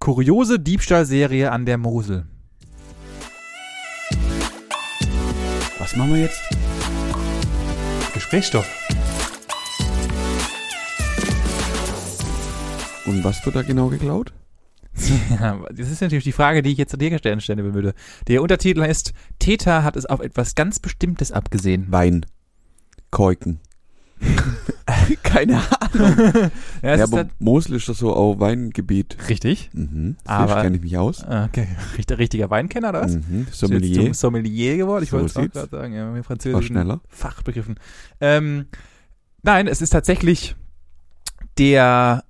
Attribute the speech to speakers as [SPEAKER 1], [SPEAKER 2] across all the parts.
[SPEAKER 1] Kuriose Diebstahlserie an der Mosel.
[SPEAKER 2] Was machen wir jetzt?
[SPEAKER 3] Gesprächsstoff.
[SPEAKER 2] Und was wird da genau geklaut?
[SPEAKER 1] Ja, das ist natürlich die Frage, die ich jetzt an dir stellen stellen würde. Der Untertitel heißt, Täter hat es auf etwas ganz Bestimmtes abgesehen.
[SPEAKER 2] Wein. Keuken. Keine Ahnung.
[SPEAKER 1] Ja, es
[SPEAKER 2] Ja,
[SPEAKER 1] ist
[SPEAKER 2] aber
[SPEAKER 1] halt-
[SPEAKER 2] Mosel ist doch so auch Weingebiet.
[SPEAKER 1] richtig.
[SPEAKER 2] Mhm.
[SPEAKER 1] Aber-
[SPEAKER 2] Fisch kenne ich mich aus.
[SPEAKER 1] Ah, Okay. Richter, richtiger Weinkenner oder was?
[SPEAKER 2] Mhm.
[SPEAKER 1] Bist du jetzt
[SPEAKER 2] Sommelier.
[SPEAKER 1] Zum Sommelier geworden. Ich
[SPEAKER 2] So
[SPEAKER 1] wollte es auch
[SPEAKER 2] sieht's.
[SPEAKER 1] gerade sagen. Ja, mit
[SPEAKER 2] War
[SPEAKER 1] französischen
[SPEAKER 2] schneller.
[SPEAKER 1] Fachbegriffen. Ähm, nein, es ist tatsächlich der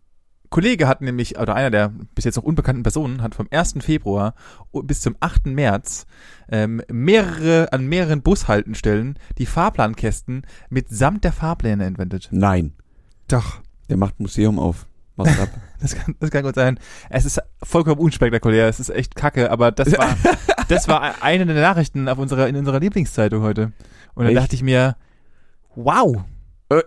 [SPEAKER 1] Kollege hat nämlich, oder einer der bis jetzt noch unbekannten Personen, hat vom 1. Februar u- bis zum 8. März ähm, mehrere, an mehreren Bushaltenstellen die Fahrplankästen mitsamt der Fahrpläne entwendet.
[SPEAKER 2] Nein.
[SPEAKER 1] Doch.
[SPEAKER 2] Der macht Museum auf. Mach's ab.
[SPEAKER 1] Das kann, das kann gut sein. Es ist vollkommen unspektakulär, es ist echt kacke, aber das war, das war eine der Nachrichten auf unserer, in unserer Lieblingszeitung heute. Und dann
[SPEAKER 2] Echt?
[SPEAKER 1] dachte ich mir, wow,
[SPEAKER 2] Äh,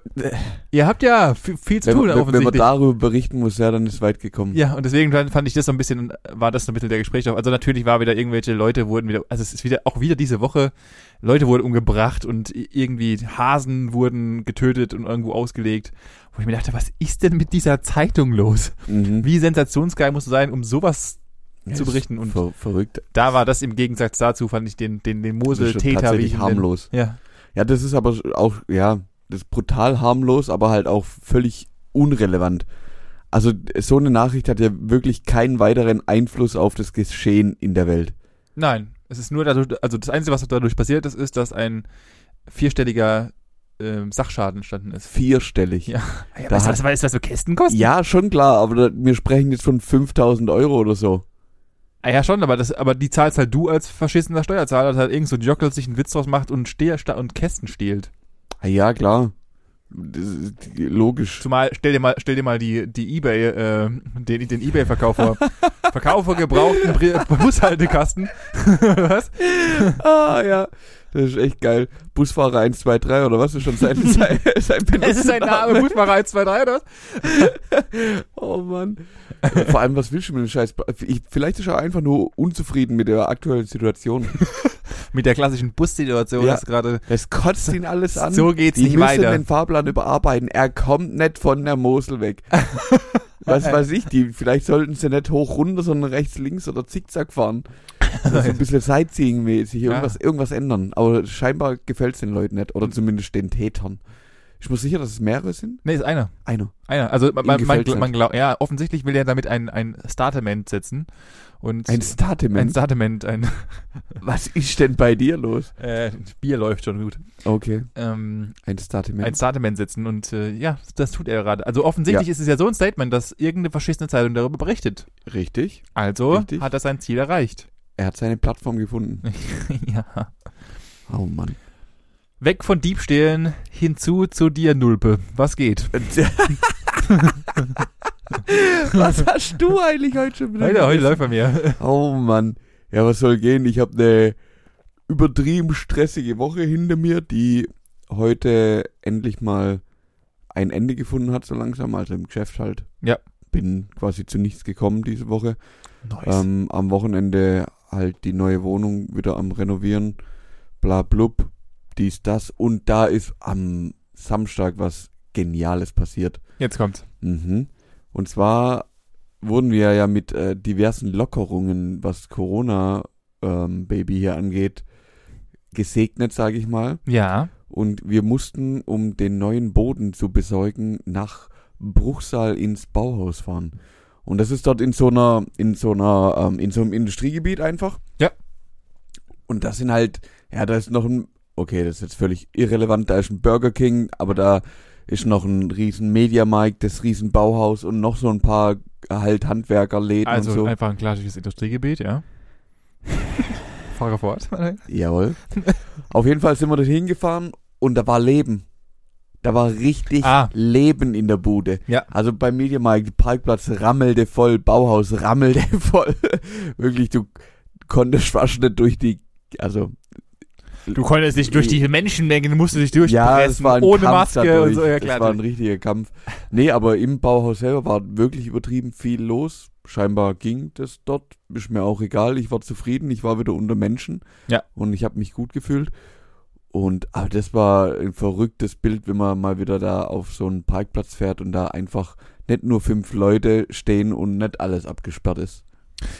[SPEAKER 1] ihr habt ja viel, viel zu
[SPEAKER 2] wenn,
[SPEAKER 1] tun
[SPEAKER 2] wenn, wenn wir
[SPEAKER 1] offensichtlich.
[SPEAKER 2] darüber berichten muss, ja, dann ist weit gekommen.
[SPEAKER 1] ja, und deswegen fand- fand ich das so ein bisschen, war das so ein bisschen der Gesprächsstoff. Also natürlich war wieder irgendwelche Leute wurden wieder, also es ist wieder, auch wieder diese Woche, Leute wurden umgebracht und i- irgendwie Hasen wurden getötet und irgendwo ausgelegt. Wo ich mir dachte, was ist denn mit dieser Zeitung los?
[SPEAKER 2] Mhm.
[SPEAKER 1] Wie sensationsgeil musst du sein, um sowas
[SPEAKER 2] Ja,
[SPEAKER 1] zu
[SPEAKER 2] ist
[SPEAKER 1] berichten und-
[SPEAKER 2] ver verrückt. Also
[SPEAKER 1] Da war das im Gegensatz dazu, fand ich den, den, den Mosel-Täter wie ich
[SPEAKER 2] tatsächlich
[SPEAKER 1] ihn
[SPEAKER 2] harmlos.
[SPEAKER 1] nenne. Ja.
[SPEAKER 2] Ja, das ist aber auch, ja, das ist brutal harmlos, aber halt auch völlig unrelevant. Also so eine Nachricht hat ja wirklich keinen weiteren Einfluss auf das Geschehen in der Welt.
[SPEAKER 1] Nein, es ist nur dadurch, also das Einzige, was dadurch passiert ist, ist, dass ein vierstelliger ähm, Sachschaden entstanden ist.
[SPEAKER 2] Vierstellig.
[SPEAKER 1] Ja. Ja,
[SPEAKER 2] weißt du, was-
[SPEAKER 1] was so Kästen kosten? Ja.
[SPEAKER 2] Ja, schon klar, aber da, wir sprechen jetzt von 5000 Euro oder so.
[SPEAKER 1] Ah, ja, schon, aber, das, aber die zahlst halt du als verschissener Steuerzahler, dass halt irgend so ein Jockel sich einen Witz draus macht und, Steher, und Kästen stiehlt.
[SPEAKER 2] Ah, Ja, klar. Das ist logisch.
[SPEAKER 1] Zumal, stell dir mal, stell dir mal die, die Ebay, äh, den, den Ebay-Verkauf vor. Verkaufe gebrauchten Bri- Bushaltekasten. was?
[SPEAKER 2] Ah, ja. Das ist echt geil. Busfahrer 123 oder was ist schon sein, sein, sein
[SPEAKER 1] Es ist ein Name, Busfahrer 1, 2, 3 oder was?
[SPEAKER 2] Oh Mann. Vor allem, was willst du mit dem Scheiß? Ich, vielleicht ist er einfach nur unzufrieden mit der aktuellen Situation.
[SPEAKER 1] Mit der klassischen Bussituation,
[SPEAKER 2] Ja.
[SPEAKER 1] das gerade
[SPEAKER 2] Es kotzt ihn alles an.
[SPEAKER 1] So geht's
[SPEAKER 2] Die
[SPEAKER 1] nicht
[SPEAKER 2] müssen
[SPEAKER 1] weiter.
[SPEAKER 2] den Fahrplan überarbeiten. Er kommt nicht von der Mosel weg. Was weiß ich, die, vielleicht sollten sie nicht hoch runter, sondern rechts, links oder zickzack fahren. Das ist ein bisschen Sightseeing-mäßig, irgendwas, irgendwas ändern. Aber scheinbar gefällt's den Leuten nicht.
[SPEAKER 1] Mhm.
[SPEAKER 2] Oder zumindest den Tätern. Ich bin sicher, dass es mehrere sind.
[SPEAKER 1] Nee, ist einer.
[SPEAKER 2] Einer.
[SPEAKER 1] Einer. Also man, man, man,
[SPEAKER 2] gefällt's halt.
[SPEAKER 1] man glaubt, ja, offensichtlich will er damit ein, ein Startement setzen. Und
[SPEAKER 2] Ein
[SPEAKER 1] ein
[SPEAKER 2] Statement.
[SPEAKER 1] Startement, ein
[SPEAKER 2] Was ist denn bei dir los?
[SPEAKER 1] äh, Bier läuft schon gut.
[SPEAKER 2] Okay.
[SPEAKER 1] Ähm,
[SPEAKER 2] Ein Statement.
[SPEAKER 1] ein Startement setzen und äh, ja, das tut er gerade. Also offensichtlich ist es ja so ein Statement, dass irgendeine verschissene Zeitung darüber berichtet.
[SPEAKER 2] Richtig.
[SPEAKER 1] Also
[SPEAKER 2] Richtig.
[SPEAKER 1] hat er sein Ziel erreicht.
[SPEAKER 2] Er hat seine Plattform gefunden.
[SPEAKER 1] ja.
[SPEAKER 2] Oh Mann.
[SPEAKER 1] Weg von Diebstählen hinzu zu dir, Nulpe. Was geht?
[SPEAKER 2] was hast du eigentlich heute schon wieder?
[SPEAKER 1] Heute, heute läuft bei mir.
[SPEAKER 2] Oh Mann. Ja, was soll gehen? Ich habe eine übertrieben stressige Woche hinter mir, die heute endlich mal ein Ende gefunden hat, so langsam, also im Geschäft halt.
[SPEAKER 1] Ja.
[SPEAKER 2] Bin quasi zu nichts gekommen diese Woche.
[SPEAKER 1] Nice.
[SPEAKER 2] Ähm, am Wochenende halt die neue Wohnung wieder am Renovieren. Bla blub, dies, das. Und da ist am Samstag was Geniales passiert.
[SPEAKER 1] Jetzt kommt's.
[SPEAKER 2] Mhm. Und zwar wurden wir ja mit äh, diversen Lockerungen, was Corona-Baby hier angeht, gesegnet, sage ich mal.
[SPEAKER 1] Ja.
[SPEAKER 2] Und wir mussten, um den neuen Boden zu besorgen, nach Bruchsal ins Bauhaus fahren. Und das ist dort in so einer, in so einer, ähm, in so einem Industriegebiet einfach.
[SPEAKER 1] Ja.
[SPEAKER 2] Und das sind halt, ja, da ist noch ein, okay, das ist jetzt völlig irrelevant, da ist ein Burger King, aber da ist noch ein riesen Mediamarkt, das riesen Bauhaus und noch so ein paar halt Handwerkerläden
[SPEAKER 1] Also
[SPEAKER 2] und so.
[SPEAKER 1] einfach ein klassisches Industriegebiet, ja. Fahre fort.
[SPEAKER 2] Jawohl. Auf jeden Fall sind wir dorthin gefahren und da war Leben. Da war richtig
[SPEAKER 1] Ah.
[SPEAKER 2] Leben in der Bude.
[SPEAKER 1] Ja.
[SPEAKER 2] Also bei Mediamarkt, Parkplatz rammelte voll, Bauhaus rammelte voll. Wirklich, du konntest fast nicht durch die, also
[SPEAKER 1] Du konntest dich durch die Menschenmengen, musst du dich durchpressen,
[SPEAKER 2] ja, es war ein
[SPEAKER 1] ohne
[SPEAKER 2] Kampf
[SPEAKER 1] Maske
[SPEAKER 2] dadurch.
[SPEAKER 1] und so. Ja,
[SPEAKER 2] Es war
[SPEAKER 1] klar.
[SPEAKER 2] ein richtiger Kampf. Nee, aber im Bauhaus selber war wirklich übertrieben viel los. scheinbar ging das dort. Ist mir auch egal. Ich war zufrieden. Ich war wieder unter Menschen.
[SPEAKER 1] Ja.
[SPEAKER 2] Und ich habe mich gut gefühlt. Und aber das war ein verrücktes Bild, wenn man mal wieder da auf so einen Parkplatz fährt und da einfach nicht nur fünf Leute stehen und nicht alles abgesperrt ist.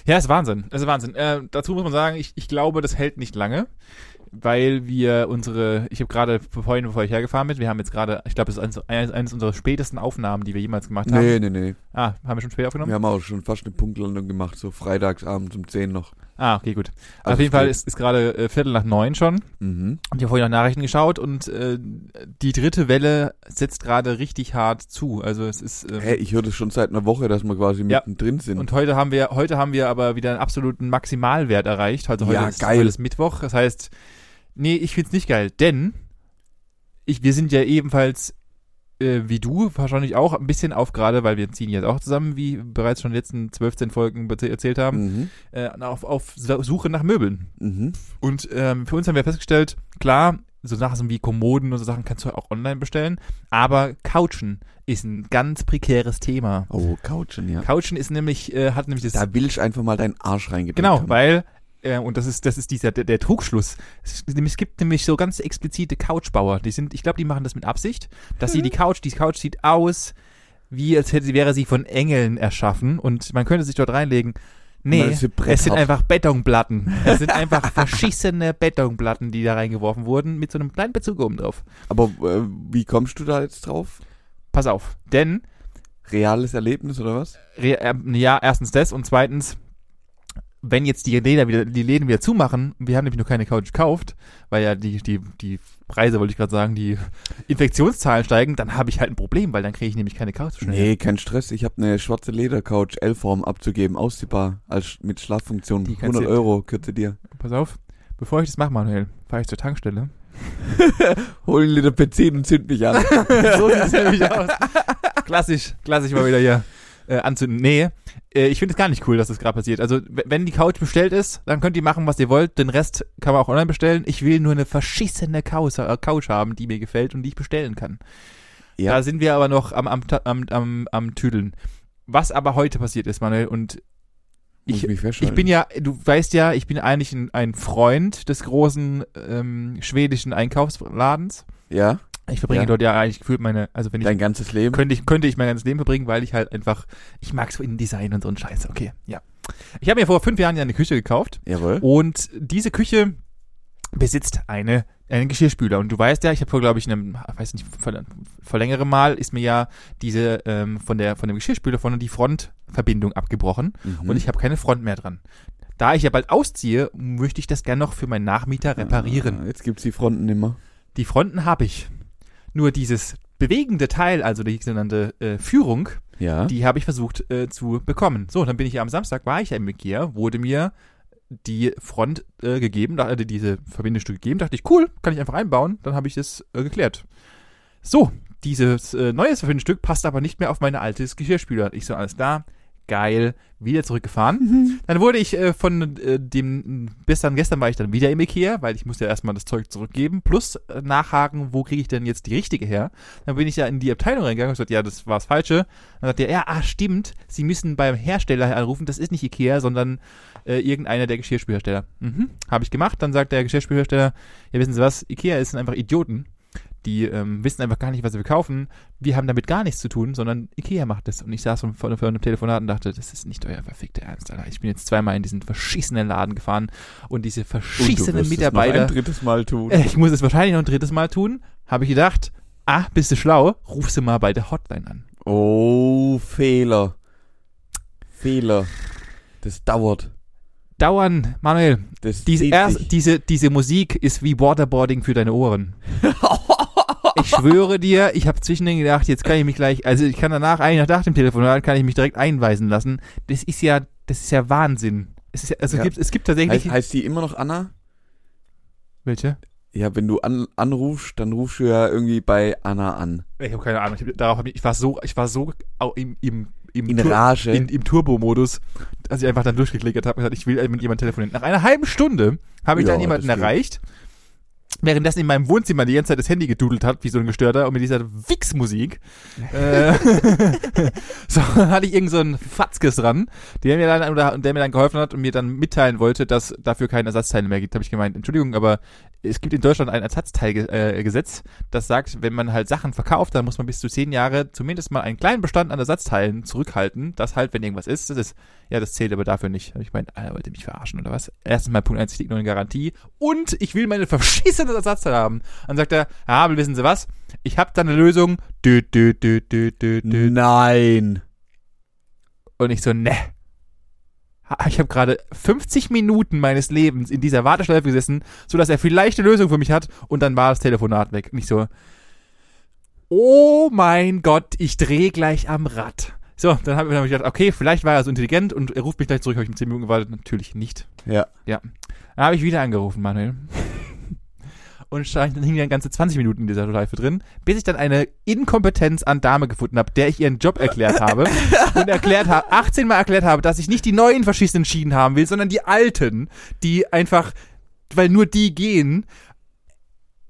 [SPEAKER 1] Ja, ist Wahnsinn. Das ist Wahnsinn. Äh, dazu muss man sagen, ich, ich glaube, das hält nicht lange, weil wir unsere, ich habe gerade vorhin, bevor ich hergefahren bin, wir haben jetzt gerade, ich glaube, es ist eines, eines, eines unserer spätesten Aufnahmen, die wir jemals gemacht haben.
[SPEAKER 2] Nee, nee, nee.
[SPEAKER 1] Ah, haben wir schon spät aufgenommen?
[SPEAKER 2] Wir haben auch schon fast eine Punktlandung gemacht, so freitagsabends um 10 noch.
[SPEAKER 1] Ah, okay, gut.
[SPEAKER 2] Also
[SPEAKER 1] Auf jeden Fall
[SPEAKER 2] spät.
[SPEAKER 1] ist, ist gerade äh, Viertel nach neun schon.
[SPEAKER 2] Mhm.
[SPEAKER 1] Ich habe vorhin nach Nachrichten geschaut und äh, die dritte Welle setzt gerade richtig hart zu. Also es ist ähm,
[SPEAKER 2] Hä, ich höre das schon seit einer Woche, dass wir quasi
[SPEAKER 1] Ja.
[SPEAKER 2] mittendrin sind.
[SPEAKER 1] Und heute haben wir, heute haben wir aber wieder einen absoluten Maximalwert erreicht. Also heute,
[SPEAKER 2] Ja,
[SPEAKER 1] ist,
[SPEAKER 2] geil.
[SPEAKER 1] heute ist Mittwoch. Das heißt, nee, ich find's nicht geil, denn ich, wir sind ja ebenfalls äh, wie du wahrscheinlich auch ein bisschen auf gerade, weil wir ziehen jetzt auch zusammen, wie bereits schon in den letzten 12 Folgen be- erzählt haben,
[SPEAKER 2] mhm.
[SPEAKER 1] äh, auf, auf Suche nach Möbeln.
[SPEAKER 2] Mhm.
[SPEAKER 1] Und ähm, für uns haben wir festgestellt, klar, so Sachen wie Kommoden und so Sachen kannst du auch online bestellen, aber Couchen ist ein ganz prekäres Thema.
[SPEAKER 2] Oh, Couchen, ja.
[SPEAKER 1] Couchen ist nämlich, äh, hat nämlich das
[SPEAKER 2] Da will ich einfach mal deinen Arsch reingedrückt
[SPEAKER 1] Genau,
[SPEAKER 2] haben.
[SPEAKER 1] weil, äh, und das ist, das ist dieser, der, der Trugschluss. Es, ist nämlich- es gibt nämlich so ganz explizite Couchbauer. Die sind, ich glaube, die machen das mit Absicht, dass
[SPEAKER 2] Mhm.
[SPEAKER 1] sie die Couch, die Couch sieht aus, wie als hätte, sie- wäre sie von Engeln erschaffen und man könnte sich dort reinlegen.
[SPEAKER 2] Nein,
[SPEAKER 1] Nee,
[SPEAKER 2] es wird
[SPEAKER 1] es sind
[SPEAKER 2] bretthart.
[SPEAKER 1] einfach Betonplatten. Es sind einfach verschissene Betonplatten, die da reingeworfen wurden, mit so einem kleinen Bezug oben drauf.
[SPEAKER 2] Aber äh, wie kommst du da jetzt drauf?
[SPEAKER 1] Pass auf, denn
[SPEAKER 2] Reales Erlebnis oder was?
[SPEAKER 1] Re- ähm, ja, erstens das und zweitens, wenn jetzt die Läden wieder, die Läden wieder zumachen, wir haben nämlich noch keine Couch gekauft, weil ja die, die, die Preise, wollte ich gerade sagen, die Infektionszahlen steigen, dann habe ich halt ein Problem, weil dann kriege ich nämlich keine Couch so schnell.
[SPEAKER 2] Nee, kein Stress. Ich habe eine schwarze Ledercouch L-Form abzugeben, ausziehbar, als mit Schlaffunktion.
[SPEAKER 1] Die kannst
[SPEAKER 2] 100
[SPEAKER 1] du-
[SPEAKER 2] Euro, kürze dir.
[SPEAKER 1] Pass auf, bevor ich das mache, Manuel, fahre ich zur Tankstelle.
[SPEAKER 2] Hol einen Liter Benzin und zünd mich an.
[SPEAKER 1] so sieht es nämlich aus. Klassisch, klassisch mal wieder hier äh, anzünden. Nee, äh, ich finde es gar nicht cool, dass das gerade passiert. Also, w- wenn die Couch bestellt ist, dann könnt ihr machen, was ihr wollt. Den Rest kann man auch online bestellen. Ich will nur eine verschissene Couch, äh, Couch haben, die mir gefällt und die ich bestellen kann.
[SPEAKER 2] Ja.
[SPEAKER 1] Da sind wir aber noch am, am, Ta- am, am, am Tüdeln. Was aber heute passiert ist, Manuel, und
[SPEAKER 2] Muss
[SPEAKER 1] ich,
[SPEAKER 2] mich
[SPEAKER 1] ich bin ja, du weißt ja, ich bin eigentlich ein, ein Freund des großen ähm, schwedischen Einkaufsladens.
[SPEAKER 2] Ja,
[SPEAKER 1] Ich verbringe
[SPEAKER 2] Ja.
[SPEAKER 1] dort ja eigentlich gefühlt meine, also wenn ich
[SPEAKER 2] dein ganzes Leben.
[SPEAKER 1] könnte ich, könnte ich mein ganzes Leben verbringen, weil ich halt einfach, ich mag so Innendesign und so einen Scheiß. Okay, ja. Ich habe mir vor fünf Jahren ja eine Küche gekauft
[SPEAKER 2] Jawohl.
[SPEAKER 1] und diese Küche besitzt eine, einen Geschirrspüler. Und du weißt ja, ich habe vor, glaube ich, einem, weiß nicht, vor, vor längerem Mal ist mir ja diese ähm, von, der, von dem Geschirrspüler vorne die Frontverbindung abgebrochen
[SPEAKER 2] Mhm.
[SPEAKER 1] und ich habe keine Front mehr dran. Da ich ja bald ausziehe, möchte ich das gerne noch für meinen Nachmieter reparieren.
[SPEAKER 2] Ah, jetzt gibt's die Fronten immer.
[SPEAKER 1] Die Fronten habe ich. Nur dieses bewegende Teil, also die sogenannte äh, Führung,
[SPEAKER 2] Ja.
[SPEAKER 1] die habe ich versucht äh, zu bekommen. So, dann bin ich ja am Samstag, war ich ja im Ikea, wurde mir die Front äh, gegeben, da- äh, diese Verbindestück gegeben, dachte ich, cool, kann ich einfach einbauen, dann habe ich das äh, geklärt. So, dieses äh, neues Verbindestück passt aber nicht mehr auf meine alte Geschirrspüler. Ich so, alles klar, geil, wieder zurückgefahren.
[SPEAKER 2] Hm. Mhm.
[SPEAKER 1] Dann wurde ich äh, von äh, dem, bis dann gestern war ich dann wieder im Ikea, weil ich musste ja erstmal das Zeug zurückgeben, plus äh, nachhaken, wo kriege ich denn jetzt die richtige her? Dann bin ich ja in die Abteilung reingegangen und gesagt, ja, das war das Falsche. Dann sagt er, ja, ah, stimmt, Sie müssen beim Hersteller anrufen, das ist nicht Ikea, sondern äh, irgendeiner der Geschirrspülhersteller. Mhm, habe ich gemacht, dann sagt der Geschirrspülhersteller, ja, wissen Sie was, Ikea ist einfach Idioten. Die ähm, wissen einfach gar nicht, was sie verkaufen. Wir haben damit gar nichts zu tun, sondern Ikea macht das. Und ich saß vor, vor einem Telefonat und dachte, das ist nicht euer verfickter Ernst, Alter. Ich bin jetzt zweimal in diesen verschissenen Laden gefahren und diese verschissenen
[SPEAKER 2] Es noch
[SPEAKER 1] Mitarbeiter.
[SPEAKER 2] ein drittes Mal tun.
[SPEAKER 1] Äh, Ich muss es wahrscheinlich noch ein drittes Mal tun. Habe ich gedacht, ah, bist du schlau? Ruf sie mal bei der Hotline an.
[SPEAKER 2] Oh, Fehler. Fehler. Das dauert.
[SPEAKER 1] Dauern, Manuel.
[SPEAKER 2] Das
[SPEAKER 1] Diese,
[SPEAKER 2] zieht
[SPEAKER 1] erst,
[SPEAKER 2] sich.
[SPEAKER 1] diese, diese Musik ist wie Waterboarding für deine Ohren. Ich schwöre dir, ich habe zwischendrin gedacht, jetzt kann ich mich gleich, also ich kann danach, eigentlich nach dem Telefonat, kann ich mich direkt einweisen lassen. Das ist ja, das ist ja Wahnsinn. Es, ist ja, also
[SPEAKER 2] Ja.
[SPEAKER 1] Gibt, es gibt tatsächlich.
[SPEAKER 2] heißt, heißt die immer noch Anna?
[SPEAKER 1] welche?
[SPEAKER 2] Ja, wenn du an, anrufst, dann rufst du ja irgendwie bei Anna an.
[SPEAKER 1] Ich habe keine Ahnung. Ich, hab, darauf hab ich, ich war so, ich war so au- im, im, im,
[SPEAKER 2] In
[SPEAKER 1] Tur-
[SPEAKER 2] Rage.
[SPEAKER 1] in, im Turbo-Modus, dass ich einfach dann durchgeklickert habe und gesagt, ich will mit jemandem telefonieren. Nach einer halben Stunde habe ich
[SPEAKER 2] Ja,
[SPEAKER 1] dann jemanden
[SPEAKER 2] das geht.
[SPEAKER 1] erreicht. währenddessen in meinem Wohnzimmer die ganze Zeit das Handy gedudelt hat, wie so ein Gestörter, und mit dieser Wix-Musik, äh, so, dann hatte ich irgend so einen Fatzkes dran, der mir, dann, oder, der mir dann geholfen hat und mir dann mitteilen wollte, dass dafür keine Ersatzteile mehr gibt. Habe ich gemeint, Entschuldigung, aber es gibt in Deutschland ein äh, Ersatzteilgesetz, das sagt, wenn man halt Sachen verkauft, dann muss man bis zu zehn Jahre zumindest mal einen kleinen Bestand an Ersatzteilen zurückhalten, dass halt, wenn irgendwas ist, das ist, ja, das zählt aber dafür nicht. Hab Ich meine, ah, wollt ihr mich verarschen oder was? Erstens mal Punkt eins, ich liegt nur in Garantie und ich will meine verschissene Ersatzteil haben. Dann sagt er, ah, aber wissen Sie was? Ich habe da eine Lösung. Dö, dö, dö, dö, dö, dö.
[SPEAKER 2] Nein.
[SPEAKER 1] Und ich so, ne. Ha- Ich habe gerade 50 Minuten meines Lebens in dieser Warteschleife gesessen, sodass er vielleicht eine Lösung für mich hat und dann war das Telefonat weg. Und ich so, oh mein Gott, ich drehe gleich am Rad. So, dann habe ich, dann hab ich gedacht, okay, vielleicht war er so intelligent und er ruft mich gleich zurück. Habe ich mit 10 Minuten gewartet? Natürlich nicht.
[SPEAKER 2] Ja.
[SPEAKER 1] Ja. Dann habe ich wieder angerufen, Manuel. Und stand, dann hing dann ganze 20 Minuten in dieser Schleife drin, bis ich dann eine Inkompetenz an Dame gefunden habe, der ich ihren Job erklärt habe. und erklärt habe, 18 Mal erklärt habe, dass ich nicht die neuen verschissenen Schienen haben will, sondern die alten, die einfach, weil nur die gehen.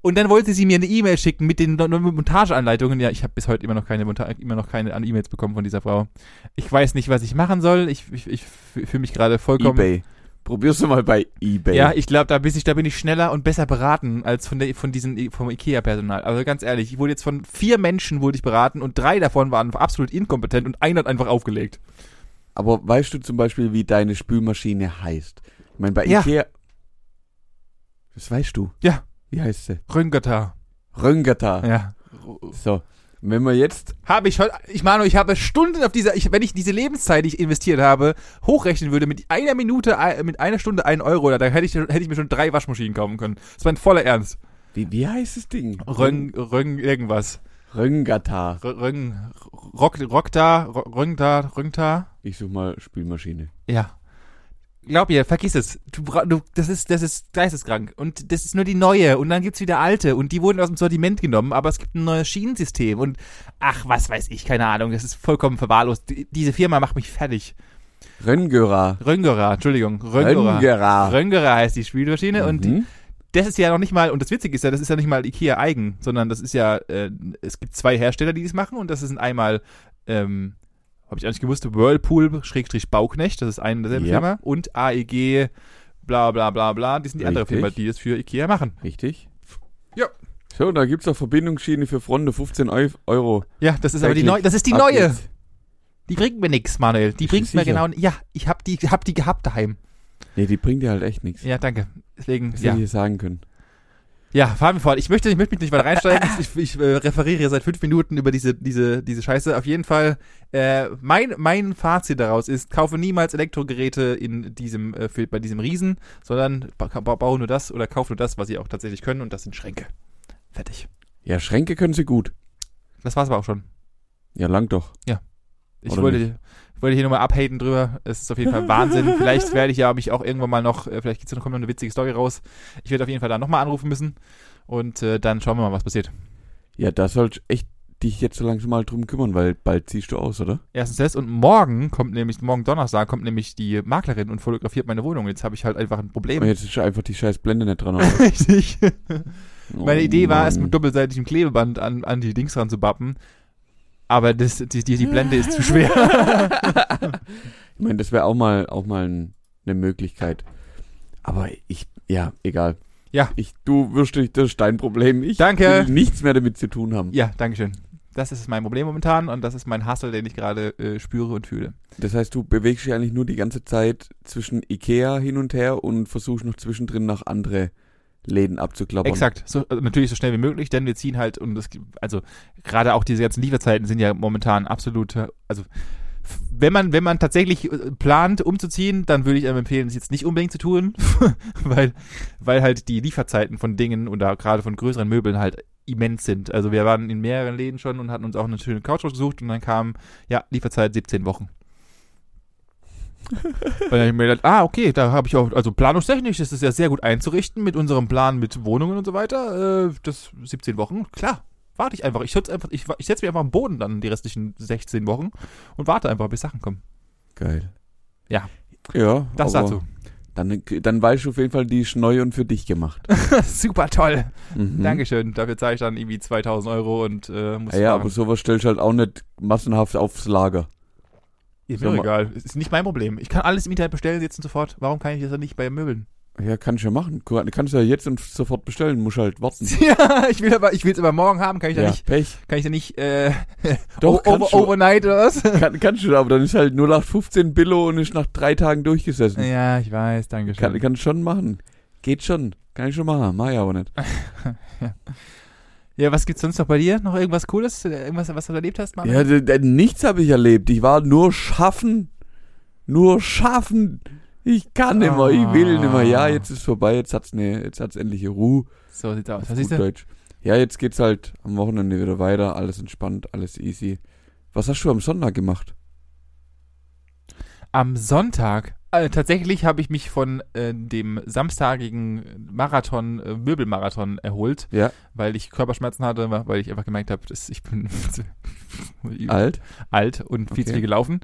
[SPEAKER 1] Und dann wollte sie mir eine E-Mail schicken mit den neuen Montageanleitungen. Ja, ich habe bis heute immer noch keine Monta- immer noch keine an E-Mails bekommen von dieser Frau. Ich weiß nicht, was ich machen soll. Ich, ich, ich fühle mich gerade vollkommen
[SPEAKER 2] Ebay. Probier's doch mal bei Ebay.
[SPEAKER 1] ja, ich glaube, da bin ich, da bin ich schneller und besser beraten als von der, von diesem, I- vom IKEA-Personal. Also ganz ehrlich, ich wurde jetzt von vier Menschen wurde ich beraten und drei davon waren absolut inkompetent und einer hat einfach aufgelegt.
[SPEAKER 2] Aber weißt du zum Beispiel, wie deine Spülmaschine heißt? Ich meine, bei
[SPEAKER 1] Ja.
[SPEAKER 2] Ikea. Das weißt du.
[SPEAKER 1] Ja.
[SPEAKER 2] Wie heißt sie?
[SPEAKER 1] Röngötter.
[SPEAKER 2] Röngata.
[SPEAKER 1] Ja.
[SPEAKER 2] So. Und Wenn wir jetzt.
[SPEAKER 1] Habe ich heute, ich Manu, ich habe Stunden auf dieser, ich, wenn ich diese Lebenszeit, die ich investiert habe, hochrechnen würde mit einer Minute, äh, mit einer Stunde einen Euro, da hätte ich, hätte ich mir schon drei Waschmaschinen kaufen können. Das war ein voller Ernst.
[SPEAKER 2] Wie, wie heißt das Ding?
[SPEAKER 1] Röng, Röng, irgendwas.
[SPEAKER 2] Röngata.
[SPEAKER 1] Rö- Röng, Rock, Rock da, Röng da, Röng da.
[SPEAKER 2] Ich such mal Spülmaschine.
[SPEAKER 1] Ja. Glaub mir, vergiss es. Du, bra- du, das ist, das ist geisteskrank. Und das ist nur die neue. Und dann gibt's wieder alte. Und die wurden aus dem Sortiment genommen. Aber es gibt ein neues Schienensystem. Und ach, was weiß ich, keine Ahnung. Das ist vollkommen verwahrlost. Die, diese Firma macht mich fertig.
[SPEAKER 2] Röngera.
[SPEAKER 1] Röngera, Entschuldigung. Röngera. Röngera heißt die Spielmaschine. Und
[SPEAKER 2] Mhm.
[SPEAKER 1] das ist ja noch nicht mal, und das Witzige ist ja, das ist ja nicht mal Ikea eigen, sondern das ist ja, äh, es gibt zwei Hersteller, die das machen und das sind einmal, ähm, habe ich auch nicht gewusst, Whirlpool, Schrägstrich Bauknecht, das ist eine derselben
[SPEAKER 2] Ja.
[SPEAKER 1] Firma, und AEG, bla bla bla bla, die sind die andere
[SPEAKER 2] Richtig.
[SPEAKER 1] Firma, die das für Ikea machen.
[SPEAKER 2] Richtig?
[SPEAKER 1] Ja.
[SPEAKER 2] So, da gibt's auch Verbindungsschiene für Fronde 15 Eu- Euro.
[SPEAKER 1] Ja, das ist aber die
[SPEAKER 2] Täglich.
[SPEAKER 1] neue, das ist die
[SPEAKER 2] Ab
[SPEAKER 1] neue.
[SPEAKER 2] jetzt.
[SPEAKER 1] Die bringt mir nichts, Manuel. Die
[SPEAKER 2] Bist du
[SPEAKER 1] bringt mir
[SPEAKER 2] sicher?
[SPEAKER 1] genau, ja, ich hab die, hab die gehabt daheim.
[SPEAKER 2] Nee, die bringt dir halt echt nichts.
[SPEAKER 1] Ja, danke. Deswegen,
[SPEAKER 2] Was
[SPEAKER 1] ja.
[SPEAKER 2] wir hier sagen können.
[SPEAKER 1] Ja, fahren wir fort. Ich möchte, ich möchte mich nicht weiter reinsteigen. Ich, ich äh, referiere seit fünf Minuten über diese, diese, diese Scheiße. Auf jeden Fall, äh, mein, mein Fazit daraus ist, kaufe niemals Elektrogeräte in diesem, äh, für, bei diesem Riesen, sondern ba ba- baue nur das oder kaufe nur das, was sie auch tatsächlich können und das sind Schränke. Fertig.
[SPEAKER 2] Ja, Schränke können sie gut.
[SPEAKER 1] Das war's aber auch schon.
[SPEAKER 2] Ja, lang doch.
[SPEAKER 1] Ich
[SPEAKER 2] Oder
[SPEAKER 1] wollte, wollte hier nochmal abhaten drüber. Es ist auf jeden Fall Wahnsinn. vielleicht werde ich ja mich auch irgendwann mal noch, äh, vielleicht gibt's noch, kommt noch eine witzige Story raus. Ich werde auf jeden Fall da nochmal anrufen müssen und äh, dann schauen wir mal, was passiert.
[SPEAKER 2] Ja, da sollst echt dich jetzt so langsam mal drum kümmern, weil bald ziehst du aus, oder?
[SPEAKER 1] Erstens das und morgen kommt nämlich, morgen Donnerstag kommt nämlich die Maklerin und fotografiert meine Wohnung. Jetzt habe ich halt einfach ein
[SPEAKER 2] Und
[SPEAKER 1] Problem.
[SPEAKER 2] jetzt ist einfach die scheiß Blende nicht dran. oder?
[SPEAKER 1] Richtig. Meine
[SPEAKER 2] Oh,
[SPEAKER 1] Idee war, es
[SPEAKER 2] Mann.
[SPEAKER 1] mit doppelseitigem Klebeband an, an die Dings ranzubappen. Aber das, die, die, die Blende ist zu schwer.
[SPEAKER 2] Ich meine, das wäre auch mal, auch mal n- eine Möglichkeit. Aber ich, ja, egal.
[SPEAKER 1] Ja.
[SPEAKER 2] Ich, du wirst dich, das ist dein Problem. Ich
[SPEAKER 1] Danke.
[SPEAKER 2] will nichts mehr damit zu tun haben.
[SPEAKER 1] ja, Dankeschön. Das ist mein Problem momentan und das ist mein Hassel, den ich gerade äh, spüre und fühle.
[SPEAKER 2] Das heißt, du bewegst dich eigentlich nur die ganze Zeit zwischen Ikea hin und her und versuchst noch zwischendrin noch andere Läden abzuklappern.
[SPEAKER 1] Exakt, so, also natürlich so schnell wie möglich, denn wir ziehen halt und das, also gerade auch diese ganzen Lieferzeiten sind ja momentan absolute, also f- wenn man, wenn man tatsächlich äh, plant, umzuziehen, dann würde ich einem empfehlen, es jetzt nicht unbedingt zu tun, weil, weil halt die Lieferzeiten von Dingen oder gerade von größeren Möbeln halt immens sind. Also wir waren in mehreren Läden schon und hatten uns auch eine schöne Couch ausgesucht und dann kam, ja, Lieferzeit 17 Wochen. Und dann hab ich mir gedacht, ah, okay, da habe ich auch, also planungstechnisch ist es ja sehr gut einzurichten mit unserem Plan mit Wohnungen und so weiter. Äh, das 17 Wochen, klar, warte ich einfach. Ich, setz einfach- ich, wa- ich setze mich einfach am Boden dann die restlichen 16 Wochen und warte einfach, bis Sachen kommen.
[SPEAKER 2] Geil.
[SPEAKER 1] Ja.
[SPEAKER 2] Ja.
[SPEAKER 1] Das
[SPEAKER 2] aber
[SPEAKER 1] dazu.
[SPEAKER 2] Dann, dann weißt du auf jeden Fall, die ist neu und für dich gemacht.
[SPEAKER 1] Super toll.
[SPEAKER 2] Mhm.
[SPEAKER 1] Dankeschön. Dafür zahle ich dann irgendwie 2000 Euro und äh, muss
[SPEAKER 2] Ja, ja,
[SPEAKER 1] sagen,
[SPEAKER 2] aber sowas stellst du halt auch nicht massenhaft aufs Lager.
[SPEAKER 1] ist
[SPEAKER 2] so
[SPEAKER 1] mir
[SPEAKER 2] ma-
[SPEAKER 1] egal. Ist nicht mein Problem. Ich kann alles im Internet bestellen jetzt und sofort. Warum kann ich das dann nicht bei Möbeln?
[SPEAKER 2] Ja, kannst du ja machen. Gu- Kannst du ja jetzt und sofort bestellen, musst halt warten.
[SPEAKER 1] ja, ich will aber ich will es aber morgen haben. Kann ich da
[SPEAKER 2] Ja,
[SPEAKER 1] nicht? oh,
[SPEAKER 2] Pech.
[SPEAKER 1] Kann ich da nicht? Äh, o-
[SPEAKER 2] Doch, kannst
[SPEAKER 1] over,
[SPEAKER 2] du.
[SPEAKER 1] overnight oder was?
[SPEAKER 2] Kann, kannst du, aber dann ist halt 0815 Billo und ist nach drei Tagen durchgesessen.
[SPEAKER 1] Ja, ich weiß. Dankeschön.
[SPEAKER 2] Kann, kannst schon machen. Geht schon. Kann ich schon machen. Mach ich aber nicht.
[SPEAKER 1] Ja, was gibt's sonst noch bei dir? Noch irgendwas Cooles? Äh, Irgendwas, was du erlebt hast, Mann?
[SPEAKER 2] Ja, d- d- nichts habe ich erlebt. Ich war nur schaffen. Nur schaffen. Ich kann nimmer, ich will nimmer. Ja,
[SPEAKER 1] Ah.
[SPEAKER 2] jetzt ist vorbei, jetzt hat's ne, jetzt hat's endlich Ruhe.
[SPEAKER 1] So sieht's aus.
[SPEAKER 2] Auf
[SPEAKER 1] Was
[SPEAKER 2] gut
[SPEAKER 1] siehst du?
[SPEAKER 2] Deutsch. Ja, jetzt geht's halt am Wochenende wieder weiter, alles entspannt, alles easy. Was hast du am Sonntag gemacht?
[SPEAKER 1] Am Sonntag. Äh, tatsächlich habe ich mich von äh, dem samstagigen Marathon, äh, Möbelmarathon erholt,
[SPEAKER 2] Ja.
[SPEAKER 1] weil ich Körperschmerzen hatte, weil ich einfach gemerkt habe, dass ich bin
[SPEAKER 2] Alt?
[SPEAKER 1] alt und viel zu
[SPEAKER 2] Okay.
[SPEAKER 1] viel gelaufen.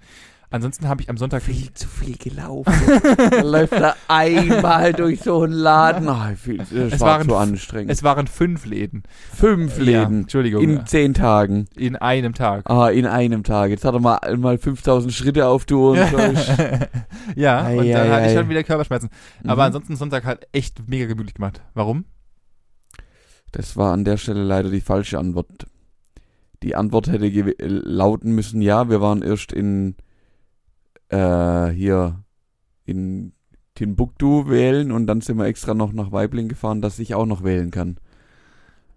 [SPEAKER 1] Ansonsten habe ich am Sonntag
[SPEAKER 2] zu viel gelaufen. da läuft er einmal durch so einen Laden. Ach, viel, das
[SPEAKER 1] Es
[SPEAKER 2] war
[SPEAKER 1] waren
[SPEAKER 2] zu
[SPEAKER 1] f-
[SPEAKER 2] anstrengend.
[SPEAKER 1] Es waren fünf Läden.
[SPEAKER 2] Fünf
[SPEAKER 1] Ja,
[SPEAKER 2] Läden
[SPEAKER 1] Entschuldigung.
[SPEAKER 2] in zehn Tagen.
[SPEAKER 1] in einem Tag.
[SPEAKER 2] Ah, in einem Tag. Jetzt hat er mal, mal 5000 Schritte auf du und so. Mhm.
[SPEAKER 1] ja,
[SPEAKER 2] Ei,
[SPEAKER 1] und dann
[SPEAKER 2] ei,
[SPEAKER 1] hatte ich
[SPEAKER 2] ei.
[SPEAKER 1] schon wieder Körperschmerzen. Aber
[SPEAKER 2] Mhm.
[SPEAKER 1] ansonsten Sonntag halt echt mega gemütlich gemacht. Warum?
[SPEAKER 2] Das war an der Stelle leider die falsche Antwort. Die Antwort hätte gew- äh, lauten müssen, ja, wir waren erst in äh, hier in Timbuktu wählen und dann sind wir extra noch nach Weibling gefahren, dass ich auch noch wählen kann.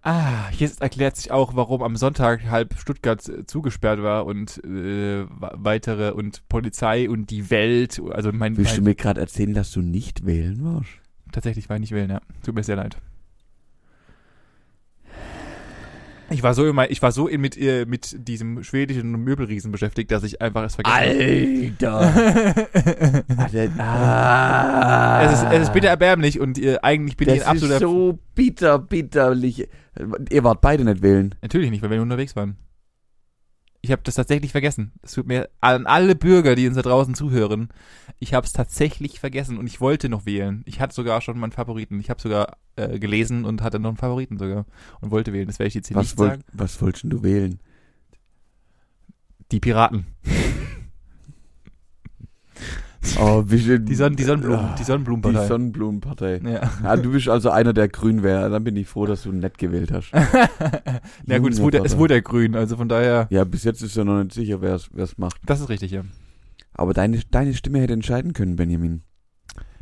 [SPEAKER 1] Ah, jetzt erklärt sich auch, warum am Sonntag halb Stuttgart äh, zugesperrt war und äh, wa- weitere und Polizei und die Welt. Also mein,
[SPEAKER 2] Willst du
[SPEAKER 1] mein
[SPEAKER 2] mir gerade erzählen, dass du nicht wählen warst?
[SPEAKER 1] tatsächlich war ich nicht wählen, ja. Tut mir sehr leid. Ich war so immer, ich war so in, mit, äh, mit diesem schwedischen Möbelriesen beschäftigt, dass ich einfach es vergessen
[SPEAKER 2] Alter!
[SPEAKER 1] habe.
[SPEAKER 2] ah,
[SPEAKER 1] Es ist, es ist bitter erbärmlich und äh, eigentlich bin ich ein
[SPEAKER 2] Das ist
[SPEAKER 1] absoluter.
[SPEAKER 2] so bitter, bitterlich. Ihr wart beide nicht wählen.
[SPEAKER 1] Natürlich nicht, weil wir unterwegs waren. Ich habe das tatsächlich vergessen. Es tut mir an alle Bürger, die uns da draußen zuhören, ich habe es tatsächlich vergessen und ich wollte noch wählen. Ich hatte sogar schon meinen Favoriten. Ich habe sogar äh, gelesen und hatte noch einen Favoriten sogar und wollte wählen. Das werde ich jetzt hier
[SPEAKER 2] Was,
[SPEAKER 1] nicht
[SPEAKER 2] wollt,
[SPEAKER 1] sagen.
[SPEAKER 2] was wolltest du wählen?
[SPEAKER 1] Die Piraten.
[SPEAKER 2] Oh, wie schön.
[SPEAKER 1] Die, Son die Sonnenblumen.
[SPEAKER 2] Ah,
[SPEAKER 1] Die
[SPEAKER 2] Die,
[SPEAKER 1] Sonnenblumenpartei.
[SPEAKER 2] Sonnenblumenpartei.
[SPEAKER 1] ja.
[SPEAKER 2] Ah, du bist also einer, der grün wäre. Dann bin ich froh, dass du nett gewählt hast.
[SPEAKER 1] Na gut, es
[SPEAKER 2] Junge
[SPEAKER 1] wurde, es
[SPEAKER 2] Vater.
[SPEAKER 1] wurde ja grün, also von daher.
[SPEAKER 2] Ja, bis jetzt ist ja noch nicht sicher, wer es macht.
[SPEAKER 1] Das ist richtig, ja.
[SPEAKER 2] Aber deine, deine Stimme hätte entscheiden können, Benjamin.